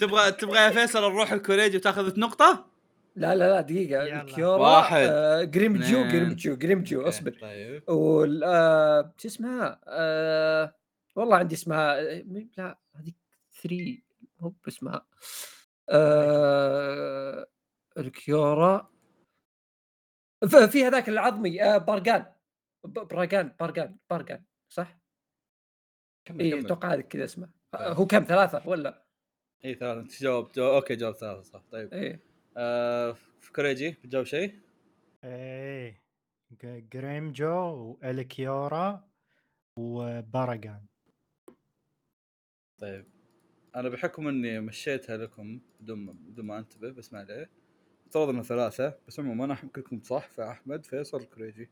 Speaker 1: تبغى تبغى يا فيصل نروح الكوريجي وتاخذ نقطة؟
Speaker 4: لا لا لا دقيقة
Speaker 2: يلا.
Speaker 4: الكيورا
Speaker 1: واحد.
Speaker 4: آه، جريمجو
Speaker 1: اثنين.
Speaker 4: جريمجو جريمجو اصبر
Speaker 1: طيب
Speaker 4: وال آه، شو اسمها آه، والله عندي اسمها آه، مي- لا هذيك ثري مو باسمها آه، الكيورا ف- في هذاك العظمي آه، بارجان ب- برجان بارجان بارجان صح؟
Speaker 1: كمل
Speaker 4: اي
Speaker 1: كمل
Speaker 4: اتوقع هذا كذا اسمه آه،
Speaker 1: طيب.
Speaker 4: هو كم ثلاثة ولا؟
Speaker 1: اي إيه، ثلاثة انت جاوبت اوكي جاوب ثلاثة صح طيب
Speaker 4: اي
Speaker 1: آه... في كوريجي بتجاوب شيء؟
Speaker 2: ايه ج- جريم جو والكيورا وباراجان
Speaker 1: طيب انا بحكم اني مشيتها لكم بدون ما- بدون ما انتبه بس ما عليه افترض انه ثلاثة بس عموما انا احكم كلكم صح فاحمد فيصل كريجي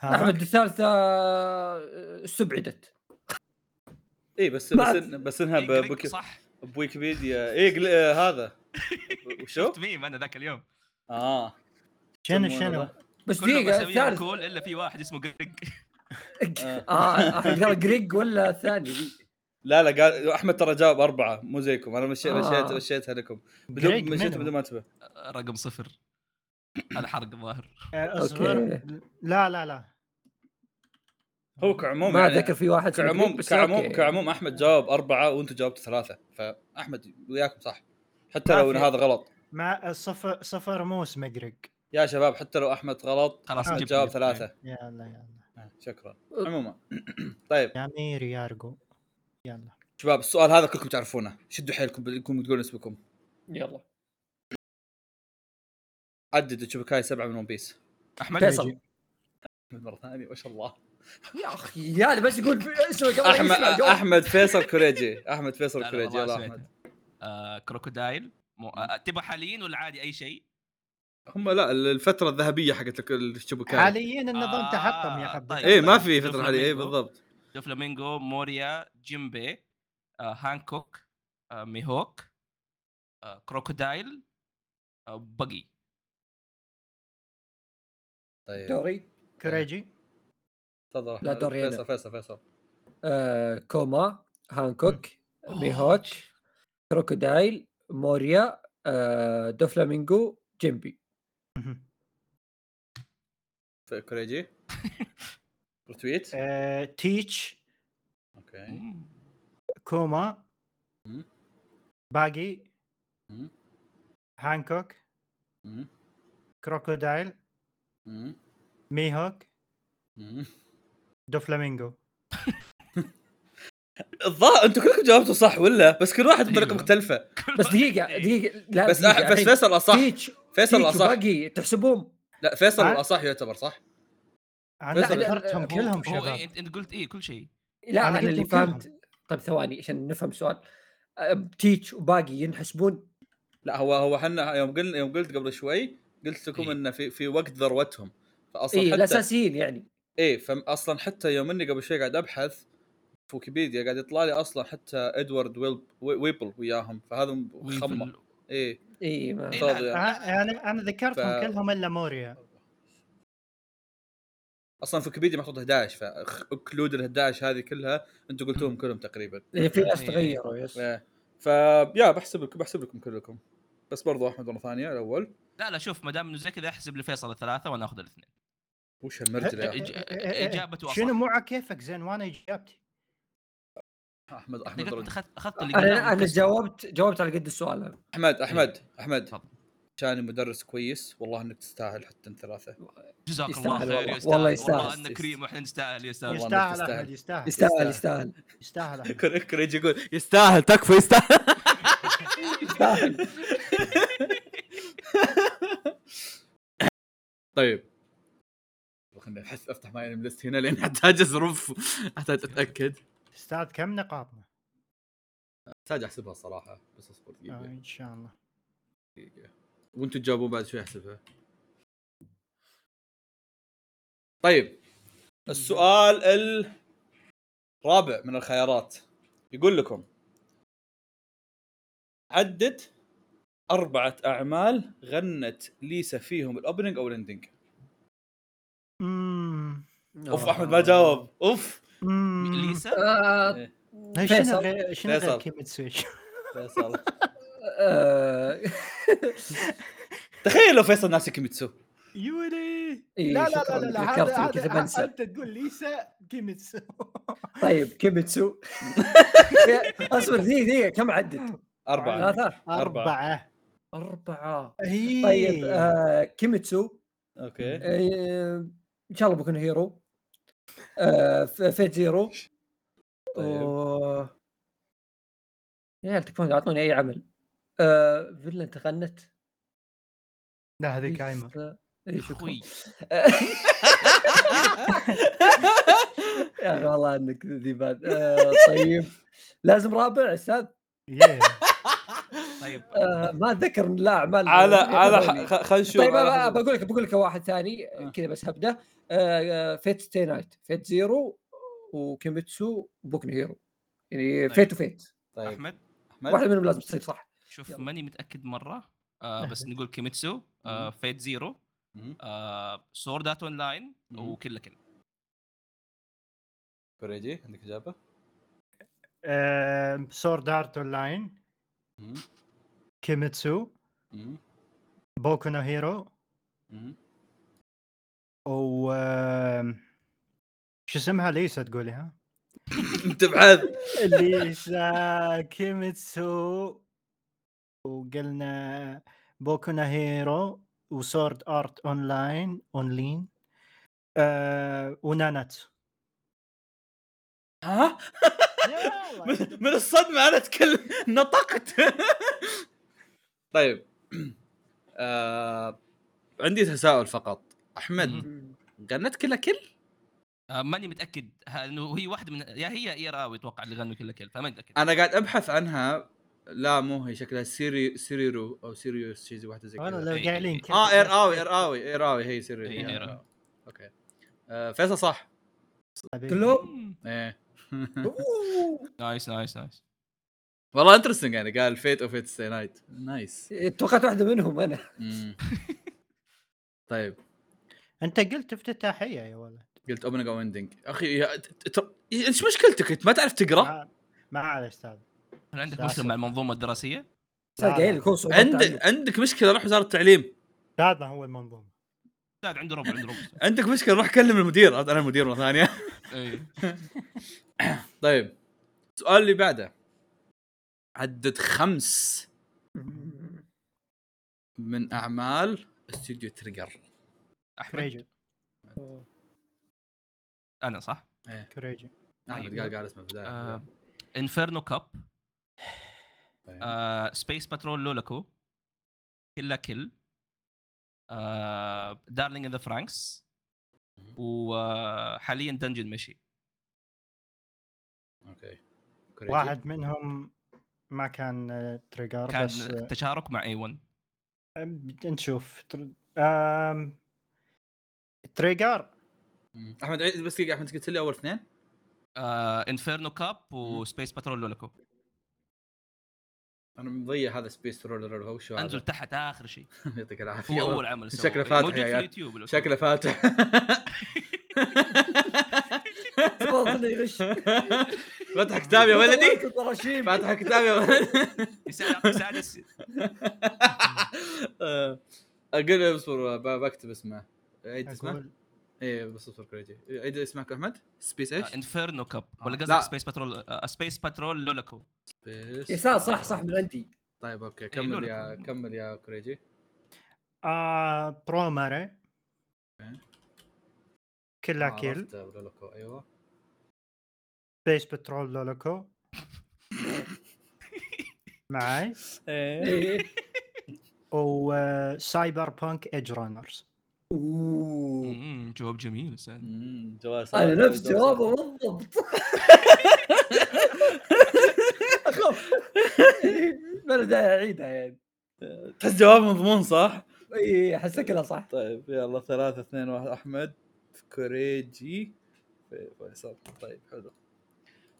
Speaker 2: ها؟
Speaker 4: احمد الثالثة آه، استبعدت
Speaker 1: اي إيه، بس بس
Speaker 4: بعد.
Speaker 1: إن بس انها ب-
Speaker 3: بك
Speaker 1: بويك-
Speaker 3: صح
Speaker 1: بويكيبيديا اي قل- آه، هذا وشو؟
Speaker 3: شفت ميم انا ذاك اليوم
Speaker 1: اه
Speaker 2: شنو
Speaker 1: يسمونه
Speaker 2: شنو؟
Speaker 1: ذا؟
Speaker 4: بس
Speaker 3: كلهم
Speaker 4: دقيقه
Speaker 3: اساميهم
Speaker 4: الثالث
Speaker 3: كول الا في واحد اسمه جريج
Speaker 1: آه.
Speaker 4: اه قال جريج ولا الثاني ذي؟
Speaker 1: لا لا قال احمد ترى جاوب اربعه مو زيكم انا مشيت
Speaker 4: آه.
Speaker 1: مشيت مشيتها لكم
Speaker 2: Greg
Speaker 1: بدون مشيت
Speaker 2: منو؟
Speaker 1: بدون ما انتبه
Speaker 3: رقم صفر هذا حرق الظاهر
Speaker 2: آه، اصبر لا لا لا
Speaker 1: هو كعموم
Speaker 4: ما
Speaker 1: يعني
Speaker 4: اتذكر في واحد اسمه
Speaker 1: كعموم
Speaker 4: Greg، بس
Speaker 1: كعموم
Speaker 4: أوكي.
Speaker 1: كعموم احمد جاوب اربعه وانتم جاوبتوا ثلاثه فاحمد وياكم صح حتى
Speaker 2: ما
Speaker 1: لو ان
Speaker 2: في.
Speaker 1: هذا غلط
Speaker 2: مع الصفر صفر مو اسمه جريج
Speaker 1: يا شباب حتى لو احمد غلط
Speaker 3: خلاص
Speaker 2: آه،
Speaker 1: احمد
Speaker 3: جبني. آه.
Speaker 1: جاوب ثلاثه
Speaker 2: يا الله يا الله
Speaker 1: شكرا عموما طيب
Speaker 2: يا ميري يا ارجو يعني يلا
Speaker 1: شباب السؤال هذا كلكم تعرفونه شدوا حيلكم بانكم تقولون اسمكم
Speaker 4: يلا
Speaker 1: عددوا شبكاي سبعه من ون بيس
Speaker 3: احمد
Speaker 4: فيصل
Speaker 1: مره ثانيه ما شاء الله
Speaker 4: يا اخي يا بس يقول اسمك أول
Speaker 1: احمد
Speaker 4: اسمع جواب.
Speaker 1: احمد فيصل كوريجي احمد فيصل
Speaker 3: لا، لا،
Speaker 1: كوريجي يلا
Speaker 3: والله سمعتها.
Speaker 1: احمد
Speaker 3: آه، كروكودايل مو... آه، تبغى حاليين ولا عادي اي شيء؟
Speaker 1: هم لا الفتره الذهبيه حقت الك- الشبكات
Speaker 2: حاليا النظام
Speaker 3: آه،
Speaker 2: تحطم يا حبيبي
Speaker 3: طيب.
Speaker 1: ايه ما في فتره
Speaker 3: دفلامينغو.
Speaker 1: حاليه ايه بالضبط
Speaker 3: دوفلامينغو موريا جيمبي آه، هانكوك آه، ميهوك آه، كروكودايل آه، بقي
Speaker 1: طيب
Speaker 4: دوري
Speaker 2: كوريجي
Speaker 1: تفضل
Speaker 4: لا
Speaker 1: أحمد.
Speaker 4: دورينا.
Speaker 1: فيصل فيصل فيصل
Speaker 4: آه كوما هانكوك ميهوك كروكودايل موريا آه دوفلامينجو جيمبي
Speaker 1: في- كوريجي رتويت
Speaker 2: آه، تيتش
Speaker 1: اوكي
Speaker 3: مم.
Speaker 2: كوما
Speaker 1: مم.
Speaker 2: باقي
Speaker 1: مم.
Speaker 2: هانكوك
Speaker 1: مم.
Speaker 2: كروكودايل
Speaker 1: مم.
Speaker 2: ميهوك
Speaker 1: مم.
Speaker 2: دوفلامينجو
Speaker 1: الظاهر انتم كلكم جاوبتوا صح ولا بس كل واحد بطريقه
Speaker 3: أيوه.
Speaker 1: مختلفه
Speaker 4: بس دقيقة
Speaker 3: إيه.
Speaker 4: دقيقة لا
Speaker 1: بس أح-
Speaker 4: أيوه.
Speaker 1: بس فيصل اصح
Speaker 4: تيتش
Speaker 1: فيصل
Speaker 4: تيتش
Speaker 1: الاصح
Speaker 4: وباقي تحسبهم
Speaker 1: لا فيصل
Speaker 2: ها؟
Speaker 1: الاصح يعتبر صح
Speaker 2: انا
Speaker 1: فيصل-
Speaker 2: ذكرتهم
Speaker 3: هو-
Speaker 2: كلهم
Speaker 3: هو
Speaker 2: شباب
Speaker 3: انت انت قلت ايه كل شيء
Speaker 2: أنا
Speaker 4: لا انا اللي
Speaker 2: قلت كلهم.
Speaker 4: فهمت طيب ثواني عشان نفهم سؤال آه، تيتش وباقي ينحسبون
Speaker 1: لا هو هو احنا يوم قلنا يوم قلت قبل شوي قلت لكم
Speaker 3: إيه.
Speaker 1: انه في في وقت ذروتهم فاصلا
Speaker 4: اي
Speaker 1: حتى
Speaker 4: الاساسيين إيه، يعني
Speaker 1: ايه فاصلا حتى يوم اني قبل شوي قاعد ابحث في ويكيبيديا قاعد يطلع لي اصلا حتى ادوارد ويلب وي- ويبل وياهم فهذا م- خمه ايه
Speaker 4: اي ما
Speaker 3: إيه، لا،
Speaker 1: فاضي يعني.
Speaker 2: آه، انا انا ذكرتهم
Speaker 1: ف-
Speaker 2: كلهم الا موريا
Speaker 1: اصلا في ويكيبيديا محطوط 11 فاكلود ال 11 هذه كلها انتم قلتوهم كلهم تقريبا
Speaker 4: إيه، في ناس
Speaker 3: إيه.
Speaker 4: تغيروا يس
Speaker 1: إيه. فيا بحسب لكم بحسب لكم كلكم بس برضو احمد مره ثانيه الاول
Speaker 3: لا لا شوف ما دام انه زي كذا احسب لفيصل الثلاثه وانا اخذ الاثنين
Speaker 1: وش هالمرجله يا أخي؟
Speaker 2: إيه،
Speaker 3: إج- إجابته أصح.
Speaker 2: شنو مو على كيفك زين وانا اجابتي
Speaker 1: احمد
Speaker 3: أنت
Speaker 1: احمد
Speaker 3: قلت- انت
Speaker 1: رجل.
Speaker 3: اخذت اخذت اللي قدام
Speaker 4: انا انا
Speaker 3: وكسر.
Speaker 4: جاوبت جاوبت على قد السؤال أنا.
Speaker 1: احمد احمد احمد
Speaker 3: إيه. تفضل.
Speaker 1: شاني مدرس كويس والله انك تستاهل حتى انت ثلاثه
Speaker 3: جزاك الله
Speaker 4: يستاهل
Speaker 3: خير
Speaker 4: والله.
Speaker 3: يا أستاذ.
Speaker 4: والله
Speaker 3: والله
Speaker 4: يستاهل.
Speaker 3: انك كريم واحنا نستاهل يا استاذ
Speaker 1: والله إنك
Speaker 2: يستاهل
Speaker 1: تستاهل.
Speaker 2: احمد يستاهل
Speaker 4: يستاهل
Speaker 1: يستاهل.
Speaker 4: يستاهل
Speaker 2: يستاهل أحمد.
Speaker 1: كريج يقول يستاهل تكفى يستاهل
Speaker 4: يستاهل
Speaker 1: طيب خليني احس افتح ماي أنمي ليست هنا لان احتاج اصرف احتاج اتاكد
Speaker 2: استاذ كم نقاطنا؟
Speaker 1: احتاج احسبها صراحه بس اصبر
Speaker 2: آه،
Speaker 1: دقيقه
Speaker 2: ان شاء الله
Speaker 1: دقيقه وانتم تجاوبون بعد شوي احسبها طيب السؤال الرابع من الخيارات يقول لكم عدد أربعة أعمال غنت ليسا فيهم الأوبننج أو الأندنج
Speaker 2: امم
Speaker 1: أوف أحمد ما جاوب أوف
Speaker 2: امم
Speaker 3: ليسا
Speaker 4: آه،
Speaker 1: إيه.
Speaker 2: شنو
Speaker 4: فيصل
Speaker 2: غير- شنو غير
Speaker 1: فيصل.
Speaker 2: كيميتسو
Speaker 1: فيصل
Speaker 4: آه،
Speaker 1: تخيل لو فيصل ناسي كيميتسو
Speaker 2: يولي
Speaker 4: إيه،
Speaker 2: لا لا
Speaker 4: شكراً،
Speaker 2: لا لا لا
Speaker 4: ذكرتني
Speaker 2: هذا
Speaker 4: كذا
Speaker 2: هذا
Speaker 4: بنسى.
Speaker 2: انت تقول ليسا كيميتسو
Speaker 4: طيب كيميتسو اصبر ذي ذي كم عدد؟
Speaker 1: أربعة
Speaker 4: ثلاثة
Speaker 2: اربعه
Speaker 4: أربعة
Speaker 2: هي
Speaker 4: طيب آه كيميتسو
Speaker 1: أوكي
Speaker 4: آه ان شاء الله بكون هيرو آه ف- فيت زيرو
Speaker 1: طيب
Speaker 4: و- يا عيال تكفون اعطوني اي عمل آه فيلا انت غنت
Speaker 2: لا هذه قايمه
Speaker 4: اي شكرا
Speaker 3: اخوي
Speaker 4: يا
Speaker 1: إيه.
Speaker 4: اخي والله انك ذيبان آه طيب لازم رابع استاذ
Speaker 2: يا.
Speaker 3: طيب
Speaker 4: آه ما اتذكر لا اعمال
Speaker 1: على
Speaker 4: هذولي.
Speaker 1: على ح- خ- خل نشوف
Speaker 4: طيب
Speaker 1: على
Speaker 4: أنا
Speaker 1: حسب-
Speaker 4: بقول لك بقول لك واحد ثاني
Speaker 1: آه.
Speaker 4: كذا بس هبده آه، فيت ستي نايت فيت زيرو وكيميتسو بوكن هيرو يعني
Speaker 3: طيب.
Speaker 4: فيت وفيت
Speaker 1: طيب
Speaker 3: احمد
Speaker 4: واحده
Speaker 1: أحمد
Speaker 4: منهم لازم تصير صح
Speaker 3: شوف
Speaker 4: يلا.
Speaker 3: ماني متاكد مره آه بس نقول كيميتسو آه فيت زيرو
Speaker 1: مهم.
Speaker 3: سورد ارت اون لاين
Speaker 1: مم.
Speaker 3: وكل كل
Speaker 1: كوريجي عندك اجابه؟
Speaker 2: آه، سورد ارت اون لاين
Speaker 1: مهم.
Speaker 2: كيميتسو
Speaker 1: مهم.
Speaker 2: بوكو نو هيرو
Speaker 1: مهم.
Speaker 2: و آم، شو اسمها ليسا تقولي ها؟
Speaker 1: انت بعد
Speaker 2: ليسا كيميتسو وقلنا بوكو نو هيرو وسورد ارت اون لاين اون لين آه، وناناتسو
Speaker 1: ها من- من الصدمه انا اتكلم نطقت طيب آه... عندي تساؤل فقط احمد
Speaker 3: مهم.
Speaker 4: مم.
Speaker 1: غنت كلا كل؟
Speaker 3: آه، ماني متاكد ها- انه هي واحده من يا هي يا راوي اتوقع اللي غنوا كل كل فما متاكد
Speaker 1: انا قاعد ابحث عنها لا مو هي شكلها سيري سيريرو او سيريوس شيء زي واحده زي
Speaker 2: والله
Speaker 1: كذا
Speaker 2: لو
Speaker 3: إي-
Speaker 2: قايلين
Speaker 3: إي-
Speaker 2: كذا
Speaker 1: اه ايراوي ايراوي ايراوي هي سيريرو
Speaker 3: إي،
Speaker 1: هي
Speaker 3: إيراوي.
Speaker 1: اوكي آه فيصل صح
Speaker 2: حبيبي.
Speaker 4: كلهم
Speaker 1: ايه
Speaker 4: أوه.
Speaker 3: نايس نايس نايس
Speaker 1: والله انترستنج يعني قال فيت اوف فيت نايت نايس
Speaker 4: توقعت واحده منهم انا
Speaker 1: مم. طيب
Speaker 2: انت قلت افتتاحيه يا ولد
Speaker 1: قلت اوبننج او اندنج اخي يا- ت- ت- ايش مشكلتك انت ما تعرف تقرا؟
Speaker 2: ما- ما على استاذ
Speaker 3: هل عندك
Speaker 2: لا،
Speaker 3: مشكله مع المنظومه الدراسيه؟
Speaker 2: لا،
Speaker 4: قايل
Speaker 2: لا.
Speaker 4: يكون صعوبات
Speaker 1: عندك
Speaker 4: تعلم.
Speaker 1: عندك مشكله روح وزاره التعليم
Speaker 2: هذا ما هو المنظومه
Speaker 3: زاد عنده ربع عنده ربع
Speaker 1: عندك مشكله روح كلم المدير انا المدير مره ثانيه
Speaker 3: إي.
Speaker 1: طيب السؤال اللي بعده عدد خمس
Speaker 4: مم.
Speaker 1: من اعمال استوديو تريجر
Speaker 3: احمد
Speaker 2: كريجي
Speaker 3: انا صح؟
Speaker 2: كريجي
Speaker 1: احمد قال قال اسمه في
Speaker 3: آه،
Speaker 1: البدايه
Speaker 3: انفيرنو كاب
Speaker 1: طيب.
Speaker 3: آه، سبيس باترول لولاكو كلا كل آه، دارلينج ان ذا فرانكس وحاليا دنجن مشي
Speaker 1: اوكي كوريجي.
Speaker 2: واحد منهم ما كان آه، تريجر
Speaker 3: كان
Speaker 2: بس آه،
Speaker 3: تشارك مع اي 1
Speaker 2: نشوف تر- آم، تريجر
Speaker 1: مم. احمد عيد بس دقيقه احمد قلت لي اول اثنين
Speaker 3: انفيرنو كاب وسبيس باترول لولاكو
Speaker 1: انا مضيع هذا سبيس رولر هو شو هذا؟
Speaker 3: انزل تحت اخر شيء
Speaker 1: يعطيك العافيه
Speaker 3: هو اول عمل سواه
Speaker 1: شكله فاتح
Speaker 3: موجود
Speaker 1: يا
Speaker 3: في
Speaker 1: عيال.
Speaker 3: اليوتيوب لو
Speaker 1: شكله فاتح
Speaker 4: تفضل خليه يغش
Speaker 1: فتح كتاب يا ولدي
Speaker 4: البراشيم.
Speaker 1: فاتح كتاب يا ولدي
Speaker 3: يساعد يساعد الس-
Speaker 1: آه، اقول اصبر ب- بكتب اسمه عيد اسمه
Speaker 2: أقول
Speaker 1: اي بس اصبر كريجي عيد اسمك احمد سبيس ايش؟
Speaker 3: انفيرنو كاب آه، ولا
Speaker 1: آه، لا.
Speaker 3: قصدك آه، سبيس باترول سبيس باترول لولاكو
Speaker 4: يا
Speaker 1: سبيس
Speaker 4: ساتر صح صح من عندي
Speaker 1: طيب اوكي كمل
Speaker 3: لولو.
Speaker 1: يا كمل يا كريجي
Speaker 2: آه، برو ماري
Speaker 1: أوكي. آه،
Speaker 2: كلا كيل
Speaker 1: عرفت ولا لوكو، ايوه
Speaker 2: سبيس بترول لولوكو معي
Speaker 4: إيه.
Speaker 2: وسايبر بانك ايج آه، رانرز
Speaker 4: أوه.
Speaker 3: مم، جواب جميل سعد.
Speaker 1: مم، جواب سهل.
Speaker 2: طيب،
Speaker 4: انا نفس
Speaker 1: جواب
Speaker 4: جوابه بالضبط اخاف ما له داعي اعيدها يعني
Speaker 1: سهل. تحس جواب مضمون صح؟
Speaker 4: اي احس كلها صح
Speaker 1: طيب يلا ثلاثة اثنين واحد احمد كوريجي فيصل طيب حلو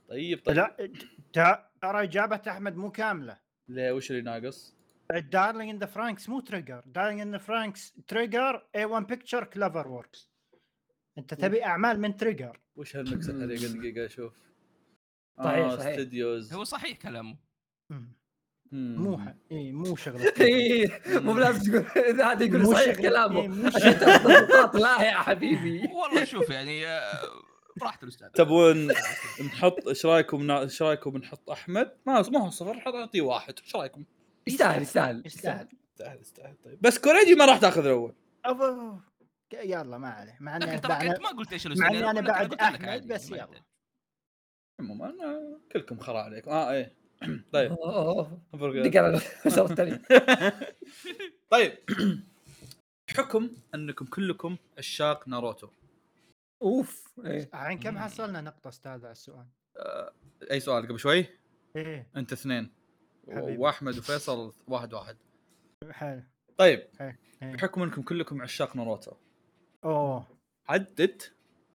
Speaker 1: طيب طيب
Speaker 2: لا تا- ترى اجابه احمد مو كامله
Speaker 1: ليه وش اللي ناقص؟
Speaker 2: دارلينج ان ذا فرانكس مو تريجر دارلينج ان ذا فرانكس تريجر اي 1 بيكتشر كلفر وركس
Speaker 1: طيب.
Speaker 2: انت تبي اعمال من تريجر
Speaker 1: وش هالمكس هذيك دقيقة اشوف
Speaker 4: صحيح،
Speaker 1: آه،
Speaker 4: صحيح.
Speaker 1: استديوز
Speaker 3: هو صحيح كلامه
Speaker 1: مم.
Speaker 2: مو ح- اي مو شغله
Speaker 4: إي، مو بلازم تقول إذا هذا يقول
Speaker 2: مو
Speaker 4: صحيح
Speaker 2: شغل- إي،
Speaker 4: كلامه
Speaker 2: مو
Speaker 4: عشان
Speaker 2: شغل.
Speaker 4: تاخذ نقاط لا يا حبيبي
Speaker 3: والله شوف يعني آه، براحته الاستاذ
Speaker 1: تبون نحط ايش رايكم نا- ايش رايكم نحط احمد؟ ما ما هو صفر حط- اعطيه واحد ايش رايكم؟
Speaker 4: يستاهل يستاهل
Speaker 2: يستاهل
Speaker 1: يستاهل يستاهل طيب بس كوريجي ما راح تاخذ الاول
Speaker 2: أبو- ك- يلا ما عليه مع
Speaker 3: لكن
Speaker 2: اني
Speaker 3: ترى كنت
Speaker 2: بعد-
Speaker 3: ما قلت ايش
Speaker 2: مع
Speaker 3: الاستاذ
Speaker 2: اني انا
Speaker 3: قلت-
Speaker 2: بعد
Speaker 3: قلت لك
Speaker 2: احمد
Speaker 3: عادي،
Speaker 2: بس
Speaker 3: ما
Speaker 2: يلا
Speaker 3: يحتاج.
Speaker 1: عموما انا آه، كلكم خرا عليكم اه ايه طيب
Speaker 4: أوه، أوه.
Speaker 1: نفرق-
Speaker 4: دق على الشرط الثاني
Speaker 1: طيب حكم انكم كلكم عشاق ناروتو
Speaker 4: اوف إيه.
Speaker 2: عن كم
Speaker 3: مم.
Speaker 2: حصلنا نقطه استاذ على السؤال
Speaker 1: اي سؤال قبل شوي
Speaker 2: ايه
Speaker 1: انت اثنين
Speaker 2: حبيبي.
Speaker 1: واحمد وفيصل واحد واحد
Speaker 2: حلو
Speaker 1: طيب
Speaker 2: إيه.
Speaker 1: بحكم انكم كلكم عشاق ناروتو
Speaker 2: اوه
Speaker 1: عدد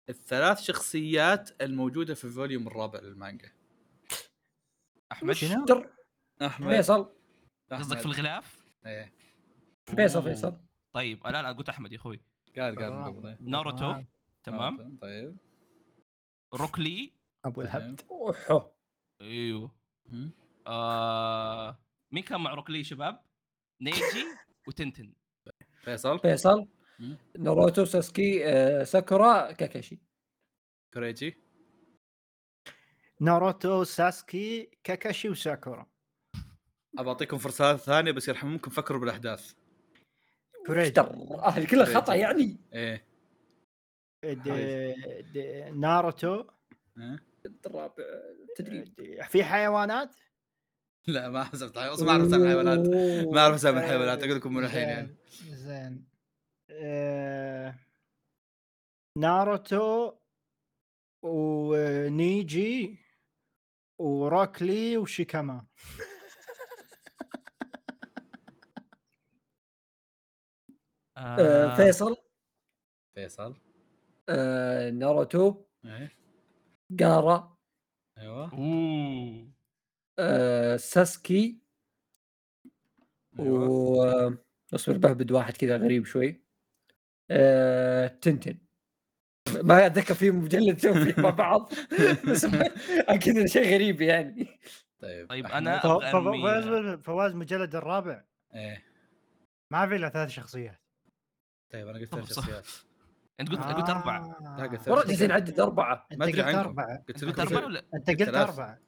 Speaker 1: الثلاث شخصيات الموجوده في الفوليوم الرابع للمانجا
Speaker 3: احمد
Speaker 2: شنو؟
Speaker 4: تر-
Speaker 1: احمد
Speaker 4: فيصل
Speaker 1: أحمد.
Speaker 3: قصدك في الغلاف
Speaker 1: إيه.
Speaker 4: فيصل
Speaker 3: أوه.
Speaker 4: فيصل
Speaker 3: طيب لا لا قلت احمد يا اخوي
Speaker 1: قال قال
Speaker 2: آه.
Speaker 1: بالضبط.
Speaker 3: ناروتو
Speaker 2: تمام.
Speaker 3: تمام
Speaker 1: طيب
Speaker 3: روكلي
Speaker 2: ابو الهبد
Speaker 4: اوحو
Speaker 3: ايوه
Speaker 1: مم.
Speaker 3: آه... مين كان مع روكلي شباب؟ نيجي وتنتن
Speaker 1: فيصل
Speaker 4: فيصل
Speaker 1: مم.
Speaker 4: ناروتو ساسكي آه، ساكورا كاكاشي
Speaker 1: كوريجي
Speaker 2: ناروتو ساسكي كاكاشي وساكورا
Speaker 1: ابى اعطيكم فرصه ثانيه بس يرحمكم فكروا بالاحداث
Speaker 2: كوريجي
Speaker 4: ترى هذه كلها خطا يعني
Speaker 1: ايه
Speaker 2: د- د- ناروتو
Speaker 1: ها؟
Speaker 4: الرابع
Speaker 1: إيه،
Speaker 4: تدريب
Speaker 2: د- في حيوانات
Speaker 1: لا ما حسبت حيوانات ما اعرف اسامي الحيوانات ما اعرف اسامي الحيوانات اقول لكم من الحين
Speaker 2: آه، زين-
Speaker 1: يعني
Speaker 2: زين آه، ناروتو ونيجي وروكلي وشيكاما
Speaker 4: آه، فيصل
Speaker 1: فيصل
Speaker 4: آه، ناروتو
Speaker 1: ايه
Speaker 4: جارا
Speaker 1: ايوه
Speaker 3: اوه
Speaker 4: آه، ساسكي
Speaker 1: أيوة.
Speaker 4: و آه، اصبر بهبد واحد كذا غريب شوي آه، تنتن ما اتذكر في مجلد سووا فيه مع بعض بس اكيد إنه شيء غريب يعني
Speaker 1: طيب
Speaker 3: طيب،
Speaker 1: أحمد.
Speaker 3: أنا-
Speaker 2: ف-
Speaker 3: أبغى
Speaker 2: ف-
Speaker 3: أرمي-
Speaker 2: فواز فواز مجلد الرابع
Speaker 1: ايه
Speaker 2: ما في الا ثلاث شخصيات
Speaker 1: طيب انا قلت
Speaker 3: طب
Speaker 1: ثلاث
Speaker 3: صح.
Speaker 1: شخصيات
Speaker 3: انت قلت قلت
Speaker 4: آه.
Speaker 3: اربعه
Speaker 2: آه.
Speaker 1: لا، قلت
Speaker 4: والله
Speaker 1: ثلاث.
Speaker 4: جالسين نعدد اربعه
Speaker 2: انت
Speaker 1: ما أدري
Speaker 2: قلت
Speaker 1: عنكم.
Speaker 2: اربعه
Speaker 1: قلت لكم
Speaker 3: انت قلت اربعه
Speaker 1: ثلاث-
Speaker 3: ولا
Speaker 2: انت قلت
Speaker 1: ثلاث.
Speaker 2: اربعه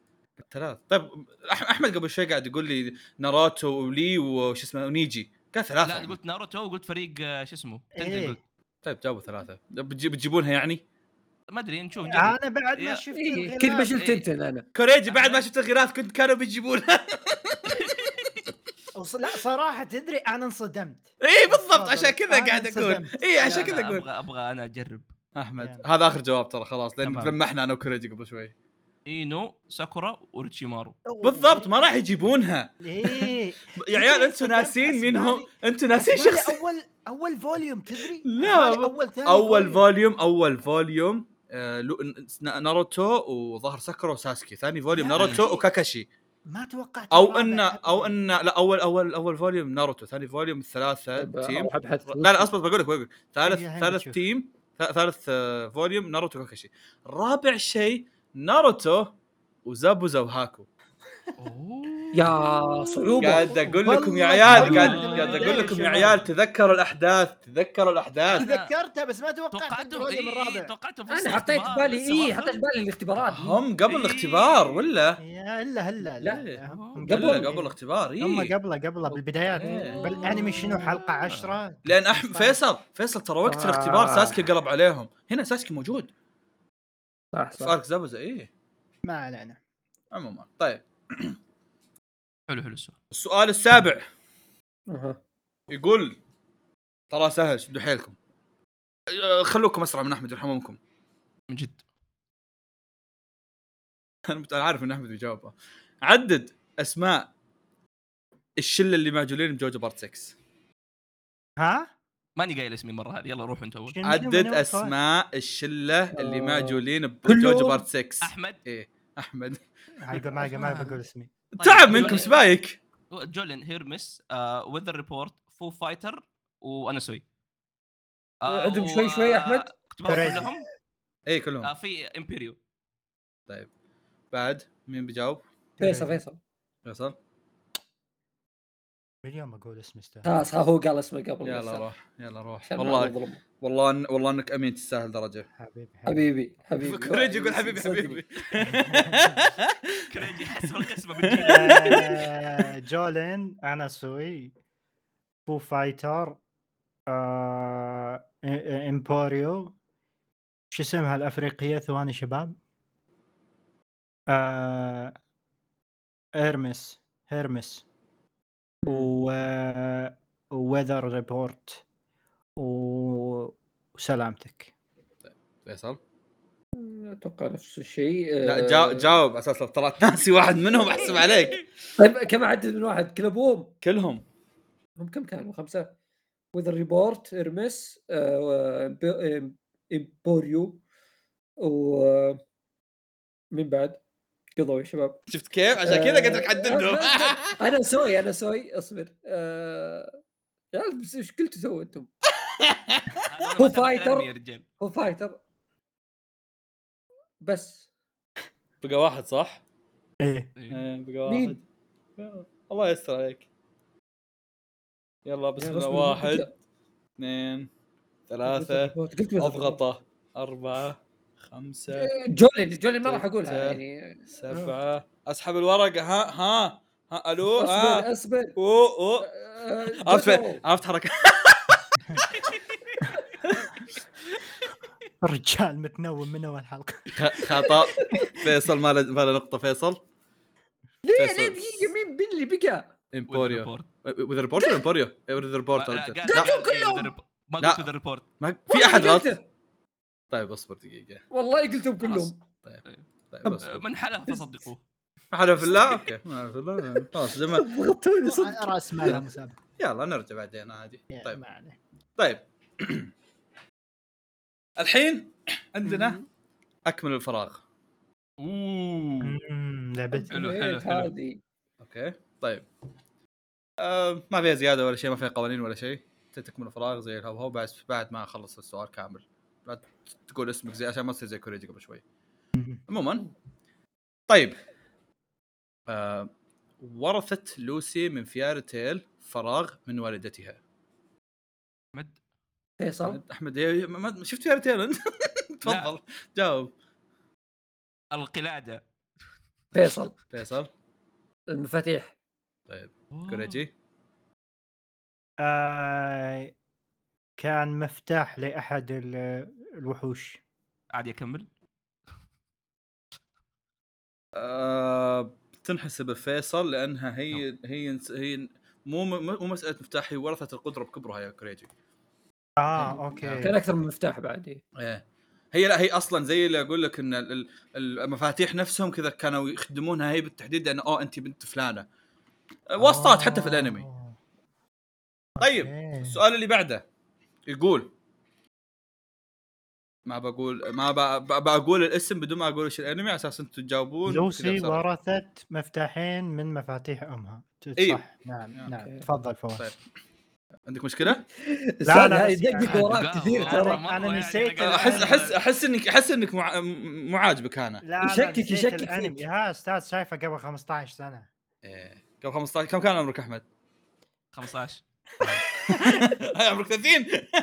Speaker 1: ثلاث طيب أح- احمد قبل شوي قاعد يقول لي ناروتو ولي وش اسمه ونيجي قال ثلاثه
Speaker 3: لا
Speaker 1: يعني.
Speaker 3: قلت ناروتو وقلت فريق آه، شو اسمه تنتن
Speaker 2: آه. إيه.
Speaker 3: قلت
Speaker 1: طيب جابوا ثلاثه بتجي- بتجيبونها يعني
Speaker 3: ما ادري نشوف
Speaker 2: آه،
Speaker 3: نجرب.
Speaker 2: انا بعد ما
Speaker 3: يا-
Speaker 2: شفت
Speaker 4: إيه،
Speaker 2: الغلاف-
Speaker 4: كل ما شفت
Speaker 3: إيه.
Speaker 4: تنتن انا
Speaker 1: كوريجي بعد ما شفت الغلاف كنت كانوا بيجيبونها
Speaker 2: وص- لا صراحه تدري انا انصدمت
Speaker 1: اي إيه، بالضبط عشان كذا
Speaker 2: أنا
Speaker 1: قاعد اقول
Speaker 2: انصدمت.
Speaker 1: اي عشان
Speaker 3: أنا-
Speaker 1: كذا
Speaker 3: أنا
Speaker 1: اقول
Speaker 3: ابغى ابغى انا اجرب
Speaker 1: احمد
Speaker 2: يعني.
Speaker 1: هذا اخر جواب ترى خلاص لان
Speaker 3: تمام.
Speaker 1: لمحنا انا وكوريجي قبل شوي
Speaker 3: اينو ساكورا وريتشيمارو
Speaker 1: بالضبط ما راح يجيبونها
Speaker 2: ايه
Speaker 1: يا عيال انتوا ناسين مين هم انتوا ناسين
Speaker 2: بالي
Speaker 1: شخص
Speaker 2: اول اول فوليوم تدري
Speaker 1: لا،
Speaker 2: بالي اول ثاني
Speaker 1: اول فوليوم اول فوليوم آه، لو- ن- ن- ناروتو وظهر ساكورا وساسكي ثاني فوليوم
Speaker 2: يا
Speaker 1: ناروتو
Speaker 2: أخي.
Speaker 1: وكاكاشي
Speaker 2: ما توقعت
Speaker 1: او
Speaker 2: الرابع
Speaker 1: ان
Speaker 2: أبداً.
Speaker 1: او ان لا اول اول اول فوليوم ناروتو ثاني فوليوم الثلاثه
Speaker 4: طيب،
Speaker 1: آه، تيم
Speaker 4: أروح أبحث.
Speaker 1: لا لا اصبر بقول لك بقول لك ثالث
Speaker 2: هيا، هيا
Speaker 1: ثالث
Speaker 2: نشوف.
Speaker 1: تيم ث- ثالث آه، فوليوم ناروتو كاكاشي رابع شيء ناروتو وزابوزا وهاكو
Speaker 4: يا صعوبه
Speaker 1: قاعد اقول لكم يا
Speaker 2: والله
Speaker 1: عيال
Speaker 2: والله
Speaker 1: قاعد
Speaker 3: والله
Speaker 1: قاعد
Speaker 3: يا
Speaker 1: اقول لكم يا
Speaker 2: شباب.
Speaker 1: عيال تذكروا الاحداث تذكروا الاحداث
Speaker 2: تذكرته بس ما توقعت إنه
Speaker 3: توقعته
Speaker 2: الفوليوم
Speaker 3: إيه،
Speaker 2: الرابع
Speaker 3: توقعته فرصة
Speaker 4: انا حطيت
Speaker 3: اختبار، بس
Speaker 4: بالي اي
Speaker 3: ما
Speaker 4: حطيت
Speaker 3: خلص.
Speaker 4: بالي الاختبارات
Speaker 1: هم قبل
Speaker 3: إيه.
Speaker 1: الاختبار ولا
Speaker 2: يا الا هلا
Speaker 1: لا،
Speaker 2: هم
Speaker 1: قبل
Speaker 4: قبل-
Speaker 1: قبل الاختبار إيه.
Speaker 2: هم
Speaker 1: اي
Speaker 2: قبله قبله بالبدايات
Speaker 1: إيه. آه.
Speaker 2: بالانمي شنو حلقه 10
Speaker 1: لان احمد فيصل فيصل ترى وقت
Speaker 4: آه.
Speaker 1: الاختبار ساسكي قلب عليهم هنا ساسكي موجود
Speaker 4: صح
Speaker 1: في ارك زبزه اي
Speaker 2: ما علينا
Speaker 1: عموما إيه، طيب
Speaker 3: حلو حلو السؤال
Speaker 1: السؤال السابع
Speaker 4: أها.
Speaker 1: يقول ترى سهل شدوا حيلكم أه، خلوكم اسرع من احمد يرحمكم
Speaker 3: من جد
Speaker 1: انا مت- أنا عارف ان احمد بيجاوبها عدد اسماء الشله اللي معجولين بجوجو بارت 6
Speaker 2: ها
Speaker 3: ماني قايل اسمي المره هذه يلا روح انت اول
Speaker 2: شنو-
Speaker 1: عدد
Speaker 2: منو-
Speaker 1: اسماء الشله اللي
Speaker 4: آه.
Speaker 1: معجولين بجوجو
Speaker 4: كلهم؟
Speaker 1: بارت 6
Speaker 3: احمد
Speaker 1: ايه احمد
Speaker 2: هاي ما ما بقول اسمي
Speaker 3: طيب،
Speaker 1: تعب
Speaker 3: جولن-
Speaker 1: منكم سبايك
Speaker 3: جولن هيرمس آه، وذر ريبورت فو فايتر وانا سوي آه،
Speaker 4: عدهم آه، شوي شوي يا أحمد.
Speaker 3: كنت بقول
Speaker 2: كريزي.
Speaker 3: لهم
Speaker 1: اي
Speaker 3: آه،
Speaker 1: إيه، كلهم
Speaker 3: في امبيريو
Speaker 1: بعد مين بيجاوب
Speaker 4: فيصل فيصل
Speaker 1: فيصل
Speaker 2: اليوم اقول اسمي استاذ
Speaker 4: خلاص ها هو قال اسمه قبل بس.
Speaker 1: يلا روح يلا روح
Speaker 4: عشان ما
Speaker 1: والله
Speaker 4: نظلم.
Speaker 1: والله إن- والله انك امين تستاهل درجه
Speaker 2: حبيبي حبيبي
Speaker 4: حبيبي حبيبي
Speaker 1: كوريج يقول حبيبي حبيبي
Speaker 3: كريجي حسب القسمه بتجيب
Speaker 2: آه، جولين انا سوي فو فايتر آه، إ- إ- امبوريو شو اسمها الافريقيه ثواني شباب آه، هيرمس هيرمس و وذر ريبورت و- وسلامتك
Speaker 1: فيصل
Speaker 4: اتوقع نفس الشيء
Speaker 1: لا
Speaker 4: آه،
Speaker 1: جا- جاوب على اساس لو طلعت ناسي واحد منهم احسب عليك
Speaker 4: طيب كم عدد من واحد كل ابوهم
Speaker 1: كلهم
Speaker 4: هم كم كانوا خمسه وذر ريبورت ارمس آه، و- إمب- إم- امبوريو و مين بعد؟ قضوا يا شباب
Speaker 1: شفت كيف عشان كذا قلت لك عددهم
Speaker 4: انا سوي انا سوي اصبر آه، يا عيال، بس ايش قلتوا سووا انتم؟
Speaker 3: هذا أنا
Speaker 4: هو
Speaker 3: مثلاً
Speaker 4: فايتر.
Speaker 3: كلامي يا رجال
Speaker 4: هو فايتر بس
Speaker 1: بقى واحد صح؟
Speaker 2: ايه
Speaker 3: إيه.
Speaker 1: إيه، بقى
Speaker 4: مين؟
Speaker 1: واحد يلا، الله يستر عليك يلا بسم
Speaker 4: يا
Speaker 1: الله
Speaker 4: غصب
Speaker 1: واحد
Speaker 4: عنك.
Speaker 1: اثنين ثلاثة
Speaker 4: قلت بس-
Speaker 1: اضغطه أربعة خمسة
Speaker 4: جولين جولين ما راح اقولها
Speaker 1: ستة.
Speaker 4: يعني
Speaker 1: سبعة اسحب الورقة ها ها ها الو
Speaker 4: اصبر
Speaker 1: ها
Speaker 4: اصبر
Speaker 1: اوه اوه
Speaker 4: آه،
Speaker 1: عرفت
Speaker 4: جوجو.
Speaker 1: عرفت حركة
Speaker 2: الرجال متنوم من اول حلقه
Speaker 1: خطأ فيصل ما له- ما له نقطة فيصل
Speaker 4: ليه
Speaker 1: فيصل.
Speaker 4: ليه دقيقه مين مين اللي بقى؟
Speaker 1: امبوريو
Speaker 3: والريبورت.
Speaker 1: وذ ريبورت ولا امبوريو؟ وذ ريبورت
Speaker 3: لا،
Speaker 1: أنت.
Speaker 3: آه، قاعد-
Speaker 1: لا،
Speaker 4: جوجو كلهم.
Speaker 3: إيه، الريب- ما
Speaker 1: لا.
Speaker 3: قلت ذا ريبورت
Speaker 1: ما في احد
Speaker 4: والله
Speaker 1: غلط
Speaker 4: قلته.
Speaker 1: طيب اصبر دقيقة
Speaker 4: والله قلتهم
Speaker 1: خلاص.
Speaker 4: كلهم
Speaker 1: طيب
Speaker 3: طيب.
Speaker 1: طيب اصبر
Speaker 3: من حلف تصدقوه
Speaker 1: حلف بالله اوكي حلف بالله خلاص جماعة
Speaker 4: ضغطوني صدق
Speaker 2: راس مالها مسابقه
Speaker 1: يلا نرجع بعدين عادي
Speaker 2: يعني
Speaker 1: طيب
Speaker 2: ما عليه.
Speaker 1: طيب الحين عندنا اكمل الفراغ
Speaker 3: اوه
Speaker 2: أمم، لعبتي
Speaker 3: حلو، حلو،
Speaker 4: إيه،
Speaker 3: حلو.
Speaker 4: هذه
Speaker 1: اوكي طيب آه ما فيها زياده ولا شيء ما فيها قوانين ولا شيء تكمل الفراغ زي الهو هو بعد بعد ما اخلص السؤال كامل لا ت- تقول اسمك زي عشان ما تصير زي كوريجي قبل شوي عموما طيب آه ورثت لوسي من فيار تيل فراغ من والدتها
Speaker 3: مد
Speaker 4: فيصل
Speaker 1: احمد يا- ما- ما- شفت فيار تيل انت تفضل جاوب
Speaker 3: القلاده
Speaker 4: فيصل
Speaker 1: فيصل
Speaker 4: المفاتيح
Speaker 1: كوريجي
Speaker 2: آه، كان مفتاح لاحد ال- الوحوش
Speaker 3: عادي اكمل
Speaker 1: آه تنحسب الفيصل لانها هي
Speaker 2: نعم.
Speaker 1: هي نس- هي مو مو مو مساله مفتاح هي ورثت القدره بكبرها يا كريجي
Speaker 2: اه
Speaker 4: كان
Speaker 2: اوكي
Speaker 4: اكثر من مفتاح بعد إيه.
Speaker 1: ايه هي لا هي اصلا زي اللي اقول لك ان ال- ال- المفاتيح نفسهم كذا كانوا يخدمونها هي بالتحديد لان اوه انت بنت فلانه آه، واسطات حتى في الانمي
Speaker 2: آه،
Speaker 1: طيب
Speaker 2: أوكي.
Speaker 1: السؤال اللي بعده يقول ما بقول ما ب- ب- بقول الاسم بدون ما اقول ايش الانمي على اساس انتم تجاوبون كذا
Speaker 2: لوسي
Speaker 1: بسرعة.
Speaker 2: ورثت مفتاحين من مفاتيح امها ت-
Speaker 1: إيه.
Speaker 2: صح نعم
Speaker 4: أوكي.
Speaker 2: نعم تفضل
Speaker 1: طيب.
Speaker 2: فواز
Speaker 1: عندك مشكله؟
Speaker 4: السؤال
Speaker 2: لا،
Speaker 4: هذا
Speaker 2: بس يعني
Speaker 4: يدقق وراك
Speaker 3: لا،
Speaker 4: كثير
Speaker 3: والله.
Speaker 4: ترى
Speaker 2: أنا
Speaker 3: مرة
Speaker 2: نسيت
Speaker 3: يعني
Speaker 1: احس احس احس انك احس انك مع- م- مو عاجبك انا
Speaker 2: لا أنا
Speaker 4: يشكك-
Speaker 2: نسيت
Speaker 4: يشكك
Speaker 2: الانمي
Speaker 4: فيك.
Speaker 2: ها استاذ شايفه قبل 15 سنه
Speaker 1: إيه. قبل 15 كم كان عمرك احمد؟
Speaker 3: 15
Speaker 1: هاي عمرك 30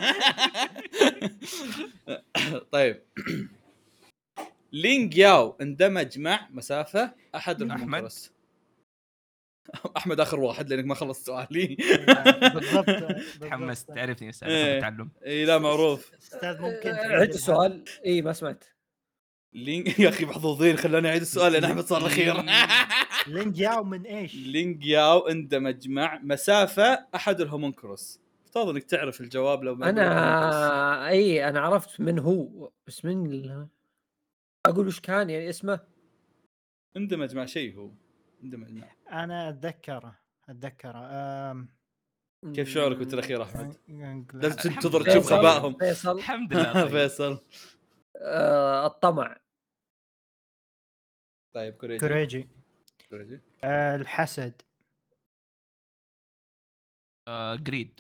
Speaker 1: طيب لينج ياو اندمج مع مسافه احد
Speaker 3: أحمد.
Speaker 1: الكونكورس. احمد اخر واحد لانك ما خلصت سؤالي
Speaker 2: إيه، يعني بالضبط بالضبط.
Speaker 3: تحمست تعرفني استاذ
Speaker 1: إيه.
Speaker 3: أحب التعلم
Speaker 1: اي لا معروف
Speaker 2: استاذ ممكن
Speaker 4: عد السؤال اي ما سمعت
Speaker 1: لينج يا اخي محظوظين خلاني اعيد السؤال لان احمد صار الاخير
Speaker 2: لينج ياو من ايش؟
Speaker 1: لينج ياو اندمج مع مسافه احد الهومنكروس افترض انك تعرف الجواب لو ما أقول هومنكروس.
Speaker 4: انا اي انا عرفت من هو بس من ال- اقول وش كان يعني اسمه
Speaker 1: اندمج مع شيء هو اندمج مع
Speaker 2: انا اتذكره اتذكره أم...
Speaker 1: كيف شعورك وانت الاخير
Speaker 2: أن-
Speaker 1: احمد؟
Speaker 2: أنجلس-
Speaker 1: لازم تنتظر
Speaker 3: الحمد
Speaker 1: تشوف
Speaker 4: فيصل-
Speaker 3: لله.
Speaker 1: غبائهم
Speaker 4: فيصل
Speaker 3: الحمد لله طيب.
Speaker 1: فيصل
Speaker 4: آه الطمع
Speaker 1: طيب كوريجي
Speaker 2: كوريجي
Speaker 1: كوريجي
Speaker 2: أه، الحسد
Speaker 3: آه، جريد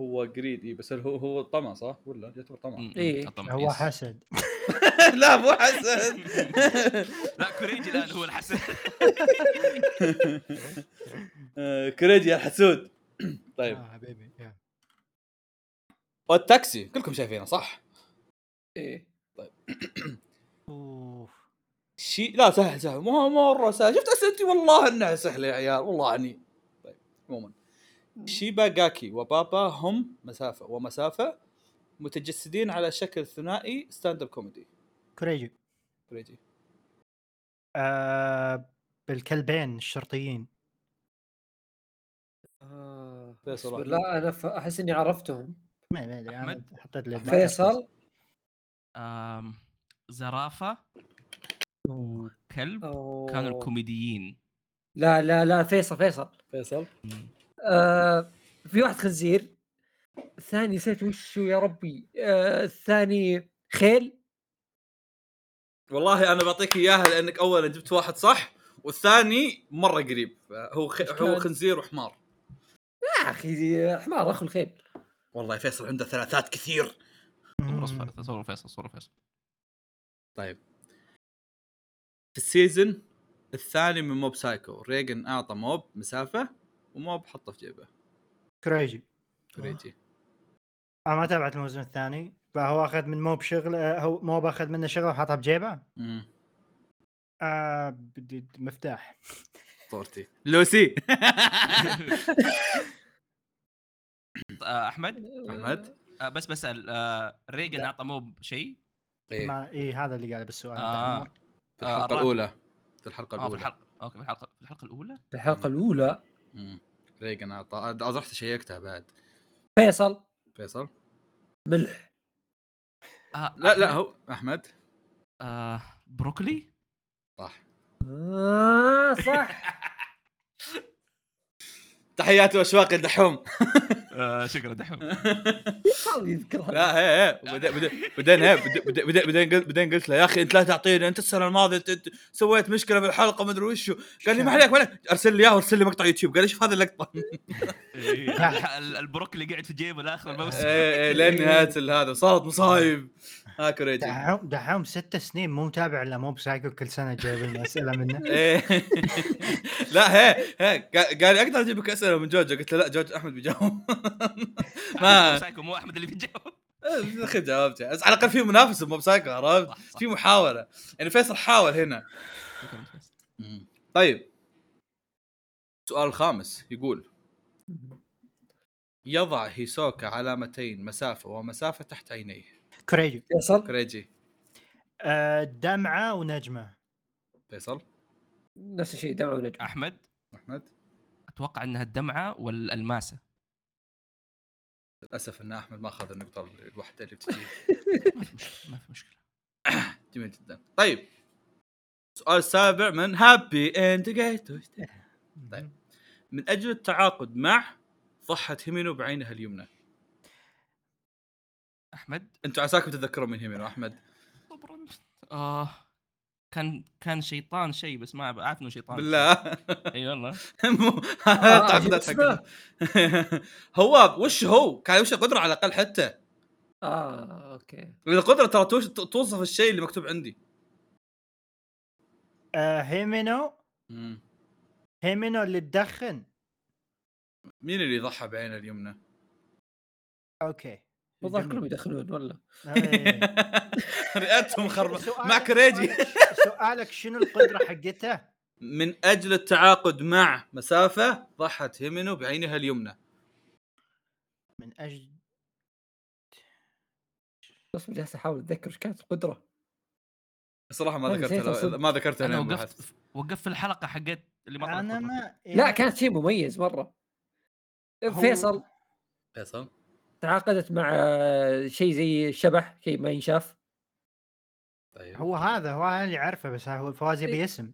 Speaker 1: هو جريد اي بس هو هو طمع صح ولا يعتبر طمع
Speaker 3: مم.
Speaker 4: إيه.
Speaker 3: أطمع.
Speaker 2: هو
Speaker 3: يعني يس.
Speaker 2: حسد
Speaker 1: لا مو حسن
Speaker 3: لا كوريجي الان هو الحسن
Speaker 1: آه، كوريجي يا حسود طيب
Speaker 2: آه، حبيبي يا.
Speaker 1: والتاكسي كلكم شايفينه صح
Speaker 4: إيه.
Speaker 2: اوف
Speaker 1: شيء لا سهل سهل مو مره سهل شفت اسئلتي والله انها سهله يا عيال والله اني طيب عموما شيباغاكي وبابا هم مسافه ومسافه متجسدين على شكل ثنائي ستاند اب كوميدي
Speaker 2: كوريجي
Speaker 1: كوريجي
Speaker 2: أه... بالكلبين الشرطيين
Speaker 4: آه،
Speaker 1: فيصل
Speaker 4: أصبر،
Speaker 1: واحد.
Speaker 4: لا انا ف- احس اني عرفتهم
Speaker 2: ما ما ادري انا
Speaker 3: أحمد؟
Speaker 2: حطيت لي بلاك
Speaker 4: فيصل
Speaker 3: آم، زرافه وكلب
Speaker 4: أوه.
Speaker 3: كانوا الكوميديين
Speaker 4: لا لا لا فيصل فيصل
Speaker 1: فيصل
Speaker 4: آه في واحد خنزير الثاني نسيت وش هو يا ربي آه الثاني خيل
Speaker 1: والله انا بعطيك اياها لانك اولا جبت واحد صح والثاني مره قريب هو خ...
Speaker 4: إيش كان؟
Speaker 1: هو خنزير وحمار
Speaker 4: آه صح اخي حمار اخو الخيل
Speaker 1: والله فيصل عنده ثلاثات كثير
Speaker 3: صور- صور فيصل صور فيصل
Speaker 1: في السيزون الثاني من موب سايكو ريجن اعطى موب مسافه وموب حطه في جيبه
Speaker 2: كريجي
Speaker 1: فريجي
Speaker 2: انا ما تابعت الموسم الثاني فهو اخذ من موب شغل آه، هو موب اخذ منه شغل وحطها بجيبه
Speaker 1: مم،
Speaker 2: آه بدي مفتاح
Speaker 1: طورتي لوسي
Speaker 3: آه، احمد
Speaker 1: احمد
Speaker 3: آه، بس بسال آه، ريجن اعطى موب شيء
Speaker 1: إيه،
Speaker 2: ما اي هذا اللي قاعد بالسؤال
Speaker 3: آه.
Speaker 2: آه.
Speaker 1: في الحلقه
Speaker 3: الرابع.
Speaker 1: الاولى في الحلقه
Speaker 3: اه في
Speaker 1: الاولى
Speaker 3: الحلقه اوكي في الحلقه في الحلقه الاولى
Speaker 4: الحلقه الاولى
Speaker 1: مم. ريجن اعطى أد- رحت شيكتها بعد
Speaker 4: فيصل
Speaker 1: فيصل
Speaker 4: ملح
Speaker 3: آه،
Speaker 1: لا لا
Speaker 3: أحمد،
Speaker 1: هو احمد
Speaker 3: آه، بروكلي
Speaker 1: صح
Speaker 4: آه صح
Speaker 1: تحياتي واشواقي الدحوم
Speaker 3: آه، شكرا دحوم
Speaker 4: فيصل يذكرها
Speaker 1: لا هي هي وبعدين- بعدين- بعدين هي بعدين- بعدين بعدين قلت بعدين قلت له يا اخي انت لا تعطيني انت السنه الماضيه انت- انت سويت مشكله في الحلقه ما ادري وشو قال لي ما عليك ما عليك ارسل لي اياه وارسل لي مقطع يوتيوب قال لي شوف هذه اللقطه
Speaker 3: إيه، ال- البروكلي قاعد في جيبه لاخر الموسم
Speaker 1: ايه لين نهايه هذا صارت مصايب ها كوريجي
Speaker 2: دحوم دحوم ست سنين مو متابع الا موب سايكو كل سنه جايب لنا اسئله منه
Speaker 1: إيه. لا هي هي قا- قال لي اقدر اجيب لك اسئله من جوجو قلت له لا جوجو احمد بيجاوب ما
Speaker 3: سايكو مو احمد اللي بيجاوب
Speaker 1: يا اخي إيه، جاوبت بس على الاقل في منافسه مو بسايكو عرفت
Speaker 3: صح، صح.
Speaker 1: في محاوله يعني فيصل حاول هنا
Speaker 3: شكراً، فيصل.
Speaker 1: طيب السؤال الخامس يقول يضع هيسوكا علامتين مسافة ومسافة تحت عينيه
Speaker 2: كريجي
Speaker 4: فيصل
Speaker 1: كريجي
Speaker 2: آه دمعه ونجمه
Speaker 1: فيصل
Speaker 4: نفس الشيء دمع ونجم
Speaker 3: احمد
Speaker 1: أحمد
Speaker 3: اتوقع انها الدمعه والالماسه
Speaker 1: للأسف أن أحمد ما أخذ النقطة الوحدة اللي بتجي
Speaker 3: ما في مشكله ما في مشكله
Speaker 1: جميل جدا طيب السؤال السابع من هابي اند جيت طيب. من أجل التعاقد مع ضحت هيمينو بعينها اليمنى
Speaker 3: احمد
Speaker 1: أنتم عساكم تتذكرون من هيمينو أحمد
Speaker 3: صبرا اه كان كان شيطان شيء بس ما أعرف- اعرف انه شيطان
Speaker 1: بالله
Speaker 3: اي والله
Speaker 1: مو
Speaker 4: آه،
Speaker 1: تعقدات
Speaker 4: شو اسمه؟
Speaker 1: حقنا هو وش هو كان وش القدره على الاقل حتى
Speaker 4: اه اوكي
Speaker 1: لان القدره ترى توش- ت- توصف الشيء اللي مكتوب عندي
Speaker 2: آه هيمينو هيمينو اللي تدخن
Speaker 1: مين اللي ضحى بعينه اليمنى؟
Speaker 2: اوكي
Speaker 4: والله
Speaker 2: جميل.
Speaker 4: كلهم يدخلون والله
Speaker 2: إيه.
Speaker 1: رئتهم خرب
Speaker 2: سؤالك-
Speaker 1: مع كريجي
Speaker 2: سؤالك- سؤالك شنو القدره حقته؟
Speaker 1: من اجل التعاقد مع مسافه ضحت هيمينو بعينها اليمنى
Speaker 2: من اجل
Speaker 4: بس جالس احاول اتذكر ايش كانت القدره
Speaker 1: الصراحه ما
Speaker 4: أنا نسيت
Speaker 1: ذكرتها
Speaker 4: أصدق.
Speaker 1: ما ذكرتها
Speaker 3: انا
Speaker 1: لين
Speaker 3: وقفت
Speaker 1: بحثت.
Speaker 3: وقفت في الحلقه حقت اللي ما طلعت
Speaker 2: انا
Speaker 3: قدرة.
Speaker 2: ما يعني
Speaker 4: لا كانت شيء مميز مره
Speaker 2: هو-
Speaker 4: فيصل
Speaker 1: فيصل
Speaker 4: تعاقدت مع آه، شيء زي الشبح شيء ما ينشاف
Speaker 1: طيب
Speaker 2: هو هذا هو أنا اللي عارفه بس هو فوزي
Speaker 4: إيه.
Speaker 2: باسم
Speaker 1: لا،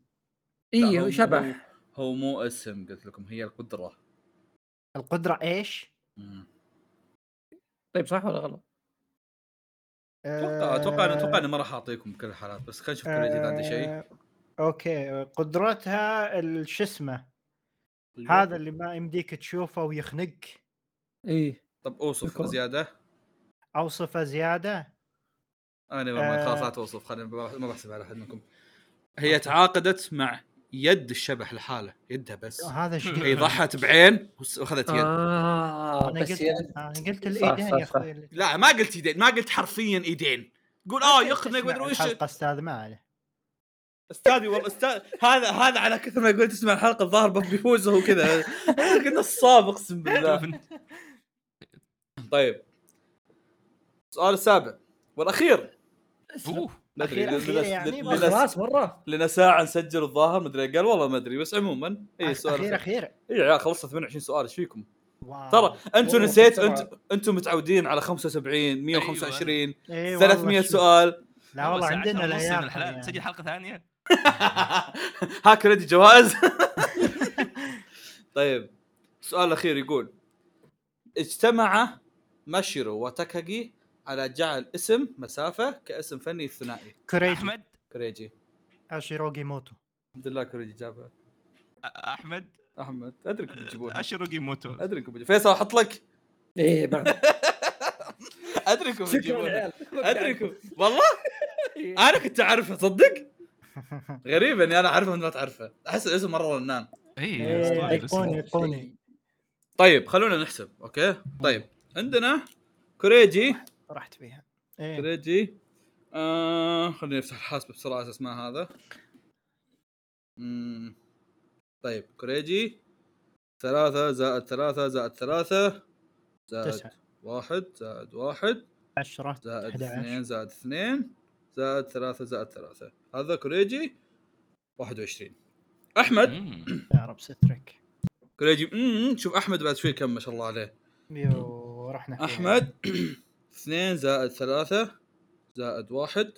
Speaker 1: هو-
Speaker 4: اي
Speaker 1: هو-
Speaker 4: إيه، شبح
Speaker 1: هو مو اسم قلت لكم هي القدره
Speaker 2: القدره ايش؟
Speaker 1: مم.
Speaker 4: طيب صح ولا غلط؟
Speaker 1: اتوقع اتوقع انا اتوقع
Speaker 2: آه،
Speaker 1: اني ما راح اعطيكم كل الحالات بس خلينا نشوف كريجي اذا عنده شيء
Speaker 2: آه، اوكي قدرتها ال- شو اسمه هذا اللي ما يمديك تشوفه ويخنق إيه.
Speaker 4: اي
Speaker 1: طب اوصف
Speaker 4: الكرة.
Speaker 1: زياده
Speaker 2: اوصفه زياده
Speaker 1: انا والله خلاص لا
Speaker 2: آه.
Speaker 1: توصف خلينا ما ما بحسب على احد منكم هي تعاقدت مع يد الشبح لحاله يدها بس
Speaker 2: هذا شيء
Speaker 1: هي ضحت بعين وس- واخذت
Speaker 2: آه.
Speaker 1: يد
Speaker 4: اه
Speaker 2: انا
Speaker 4: بس
Speaker 2: قلت
Speaker 4: يعني
Speaker 2: انا قلت
Speaker 4: صح،
Speaker 2: الايدين
Speaker 4: صح،
Speaker 2: يا
Speaker 4: صح.
Speaker 2: اخوي اللي-
Speaker 1: لا ما قلت يدين ما قلت حرفيا ايدين قول اه يخنق
Speaker 2: تسمع
Speaker 1: مدري وش
Speaker 2: الحلقة استاذ ما عليه
Speaker 1: استاذي والله استاذ هذا هذا على كثر ما يقول تسمع الحلقه الظاهر بيفوز هو كذا كنا الصاب اقسم بالله
Speaker 3: شوف أنت.
Speaker 1: طيب السؤال السابع والاخير
Speaker 3: أوه.
Speaker 1: ما أدري،
Speaker 2: الأخير-
Speaker 1: لنا-
Speaker 2: أخير يعني
Speaker 1: لنا-
Speaker 2: بس.
Speaker 1: لنا-
Speaker 4: آه، خلاص مره
Speaker 1: لنا ساعه نسجل الظاهر ما ادري قال والله ما ادري بس عموما اي إيه، سؤال إيه،
Speaker 2: اخير اخير
Speaker 1: اي عيال خلصت 28 سؤال ايش فيكم؟
Speaker 2: واو.
Speaker 1: ترى انتم
Speaker 4: والله
Speaker 1: نسيت
Speaker 4: سبعة.
Speaker 1: انتم انتم متعودين على 75 125
Speaker 2: إي أيوة، إيه، والله
Speaker 1: 300
Speaker 2: شوف.
Speaker 1: سؤال
Speaker 2: لا والله عندنا العيال
Speaker 3: الحلال
Speaker 2: يعني.
Speaker 3: نسجل حلقه ثانيه
Speaker 1: هاك ريدي جواز طيب السؤال الاخير يقول اجتمع ماشيرو وتاكاجي على جعل اسم مسافه كاسم فني ثنائي
Speaker 2: كريجي
Speaker 3: احمد
Speaker 1: كريجي
Speaker 2: اشيروغي موتو
Speaker 1: الحمد لله كريجي جابها
Speaker 3: أ- احمد
Speaker 1: احمد ادري انكم بتجيبونها
Speaker 3: اشرق موتو
Speaker 1: ادري انكم بتجيبونها فيصل احط لك
Speaker 4: اي إيه، بعد
Speaker 1: ادري انكم
Speaker 4: شكرا
Speaker 1: بتجيبونها
Speaker 4: العيال
Speaker 1: ادري انكم والله انا كنت اعرفه صدق غريب اني انا اعرفه وانت ما تعرفه احس الاسم مره رنان
Speaker 3: اي
Speaker 2: إيه،
Speaker 3: أسطوري، أسطوري.
Speaker 2: ايقوني ايقوني
Speaker 1: طيب خلونا نحسب اوكي طيب عندنا كوريجي
Speaker 2: رحت فيها ايه
Speaker 1: كوريجي آه خليني افتح الحاسب بسرعه اساس ما هذا مم. طيب كوريجي ثلاثة زائد ثلاثة زائد ثلاثة زائد
Speaker 2: تسعة
Speaker 1: واحد زائد واحد
Speaker 2: 10
Speaker 1: زائد
Speaker 2: 11
Speaker 1: اثنين زائد اثنين زائد ثلاثة زائد ثلاثة هذا كوريجي 21 أحمد
Speaker 3: مم.
Speaker 2: يا رب سترك
Speaker 1: كوريجي مم، شوف أحمد بعد شوي كم ما شاء الله عليه
Speaker 2: يو رحنا فيها.
Speaker 1: أحمد اثنين زائد ثلاثة زائد واحد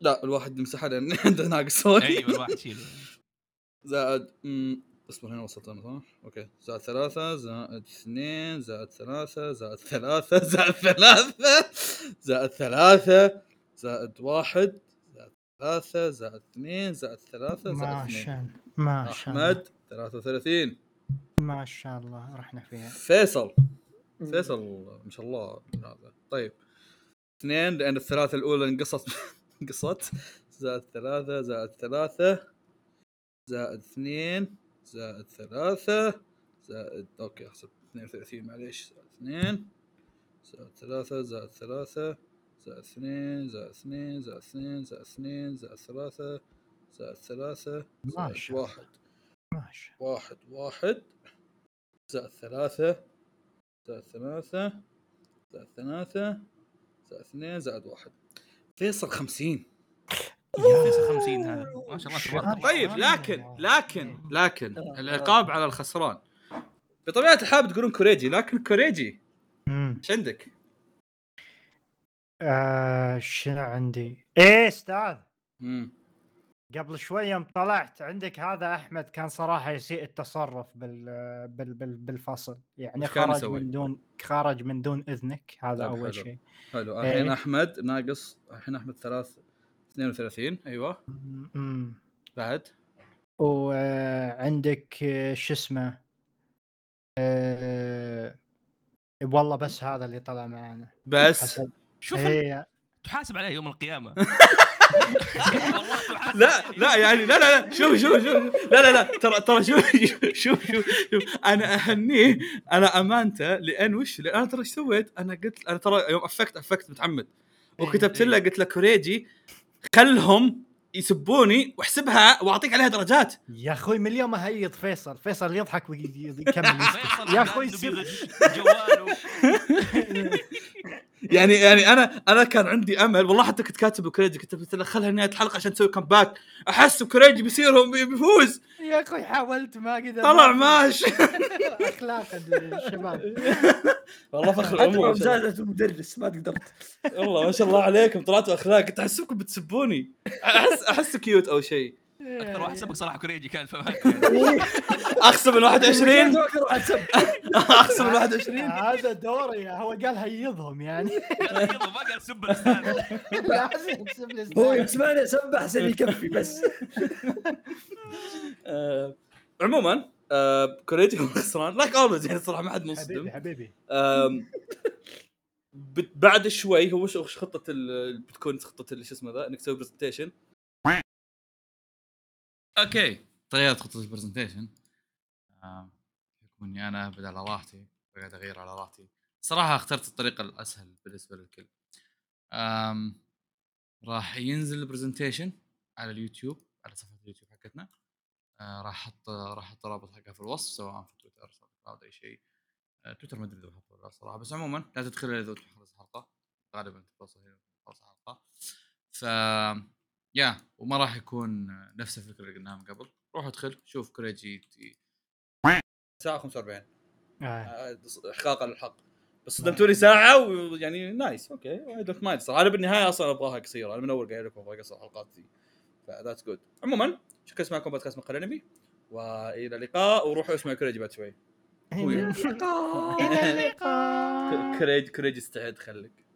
Speaker 1: لا الواحد نمسحه لأن عنده ناقص سوني
Speaker 3: ايوه الواحد شيله
Speaker 1: زائد مم، اصبر هنا وصلت انا صح؟ اوكي زائد ثلاثة زائد اثنين زائد ثلاثة زائد ثلاثة زائد ثلاثة زائد ثلاثة زائد واحد زائد ثلاثة زائد اثنين زائد ثلاثة زائد
Speaker 2: ما
Speaker 1: اثنين
Speaker 2: شاء الله ما شاء الله
Speaker 1: احمد 33
Speaker 2: ما شاء الله رحنا فيها
Speaker 1: فيصل فيصل ما شاء الله هذا طيب اثنين لان الثلاثة الاولى انقصت انقصت زائد ثلاثة زائد ثلاثة زائد اثنين زائد ثلاثة زائد اوكي احسب 32 معليش زائد اثنين زائد ثلاثة زائد ثلاثة زائد اثنين زائد اثنين زائد اثنين زائد اثنين زائد ثلاثة زائد ثلاثة
Speaker 2: ما
Speaker 1: زائد
Speaker 2: شاء الله
Speaker 1: واحد
Speaker 2: ما شاء
Speaker 1: واحد واحد زائد ثلاثة زائد ثلاثة زائد ثلاثة زائد اثنين زائد واحد فيصل خمسين
Speaker 2: الله يا
Speaker 3: 50 هذا ما شاء الله تبارك الله.
Speaker 1: طيب لكن لكن لكن العقاب على الخسران بطبيعة الحال تقولون كوريجي لكن كوريجي
Speaker 2: أمم.
Speaker 1: ايش عندك؟
Speaker 2: آه، شنو عندي؟ ايه استاذ
Speaker 1: مم.
Speaker 2: قبل شوي يوم طلعت عندك هذا احمد كان صراحه يسيء التصرف بال بال بال بالفصل يعني
Speaker 1: وش كان
Speaker 2: خرج
Speaker 1: يسوي؟
Speaker 2: من دون خرج من دون اذنك هذا
Speaker 1: طيب، حلو.
Speaker 2: اول شيء
Speaker 1: حلو الحين
Speaker 2: إيه.
Speaker 1: احمد ناقص الحين احمد ثلاث 32 ايوه
Speaker 2: أمم.
Speaker 1: بعد
Speaker 2: وعندك آه، شو اسمه آه، والله بس هذا اللي طلع معانا
Speaker 1: بس
Speaker 2: حسب-
Speaker 3: شوف
Speaker 2: إيه،
Speaker 3: تحاسب عليه يوم القيامه
Speaker 1: لا لا يعني لا لا لا شوف شوف شوف لا لا لا ترى ترى شوف شوف شوف, شوف. انا اهنيه انا امانته لان وش لان انا ترى ايش سويت؟ انا قلت انا ترى يوم افكت افكت متعمد وكتبت له قلت له كوريجي خلهم يسبوني واحسبها واعطيك عليها درجات
Speaker 2: يا اخوي من اليوم اهيط فيصل فيصل يضحك ويكمل
Speaker 3: فيصل
Speaker 2: يا أخوي
Speaker 3: إنه
Speaker 2: سيب.
Speaker 3: بيغش جواله
Speaker 1: يعني يعني انا انا كان عندي امل والله حتى كنت كاتب كوريجي كتبت له خلها نهايه الحلقه عشان تسوي كمباك احس كوريجي بيصيرهم بيفوز
Speaker 2: يا اخوي حاولت ما قدرت
Speaker 1: طلع ماشي
Speaker 2: اخلاق الشباب
Speaker 1: والله فخر
Speaker 4: حتى مع مساعدة المدرس ما قدرت
Speaker 1: والله ما شاء الله عليكم طلعتوا اخلاق كنت احسبكم بتسبوني احس احس كيوت او شيء
Speaker 3: اكثر
Speaker 2: إيه.
Speaker 3: واحد سبق صراحه كوريجي كان فما
Speaker 1: اخصم من 21
Speaker 4: أكثر واحد سب.
Speaker 1: اخصم من 21
Speaker 2: هذا دوري هو قال هيضهم يعني
Speaker 3: يلا ما قال سب الاستاذ
Speaker 2: لازم تسيب لي
Speaker 4: هو
Speaker 2: زبالة.
Speaker 4: يسمعني سب احسن يكفي بس
Speaker 1: آه، عموما آه، كوريجي هو خسران لايك اولويز يعني صراحه ما حد
Speaker 2: حبيبي
Speaker 1: منصدم
Speaker 2: حبيبي
Speaker 1: آم، بت- بعد شوي هو وش وش خطه ال- بتكون خطه ال- شو اسمه ذا انك تسوي برزنتيشن اوكي طريقه خطه البرزنتيشن آم، بحكم اني انا ابد على راحتي وقاعد اغير على راحتي صراحه اخترت الطريقه الاسهل بالنسبه للكل آم، راح ينزل البرزنتيشن على اليوتيوب على صفحه اليوتيوب حقتنا آه، راح احط راح احط رابط حقها في الوصف سواء في تويتر سواء في اي شيء آه، تويتر ما ادري اذا بحطه ولا لا صراحه بس عموما لا تدخل الا اذا تخلص الحلقه غالبا توصل هنا تخلص الحلقه ف يا وما راح يكون آه، نفس الفكره اللي قلناها من قبل روح ادخل شوف كوريجي تي- ساعة 45
Speaker 2: آه.
Speaker 1: آه، احقاقا للحق بس صدمتوني ساعة يعني ويعني نايس اوكي اي دونت مايند صراحة انا بالنهاية اصلا ابغاها قصيرة انا من اول قايل لكم ابغى اقصر الحلقات دي فذاتس جود عموما شكرا لسماعكم بودكاست مقال انمي والى اللقاء وروحوا اسمعوا كوريجي بعد شوي
Speaker 2: إلى
Speaker 1: آه.
Speaker 2: اللقاء
Speaker 1: كريج كريج استعد خليك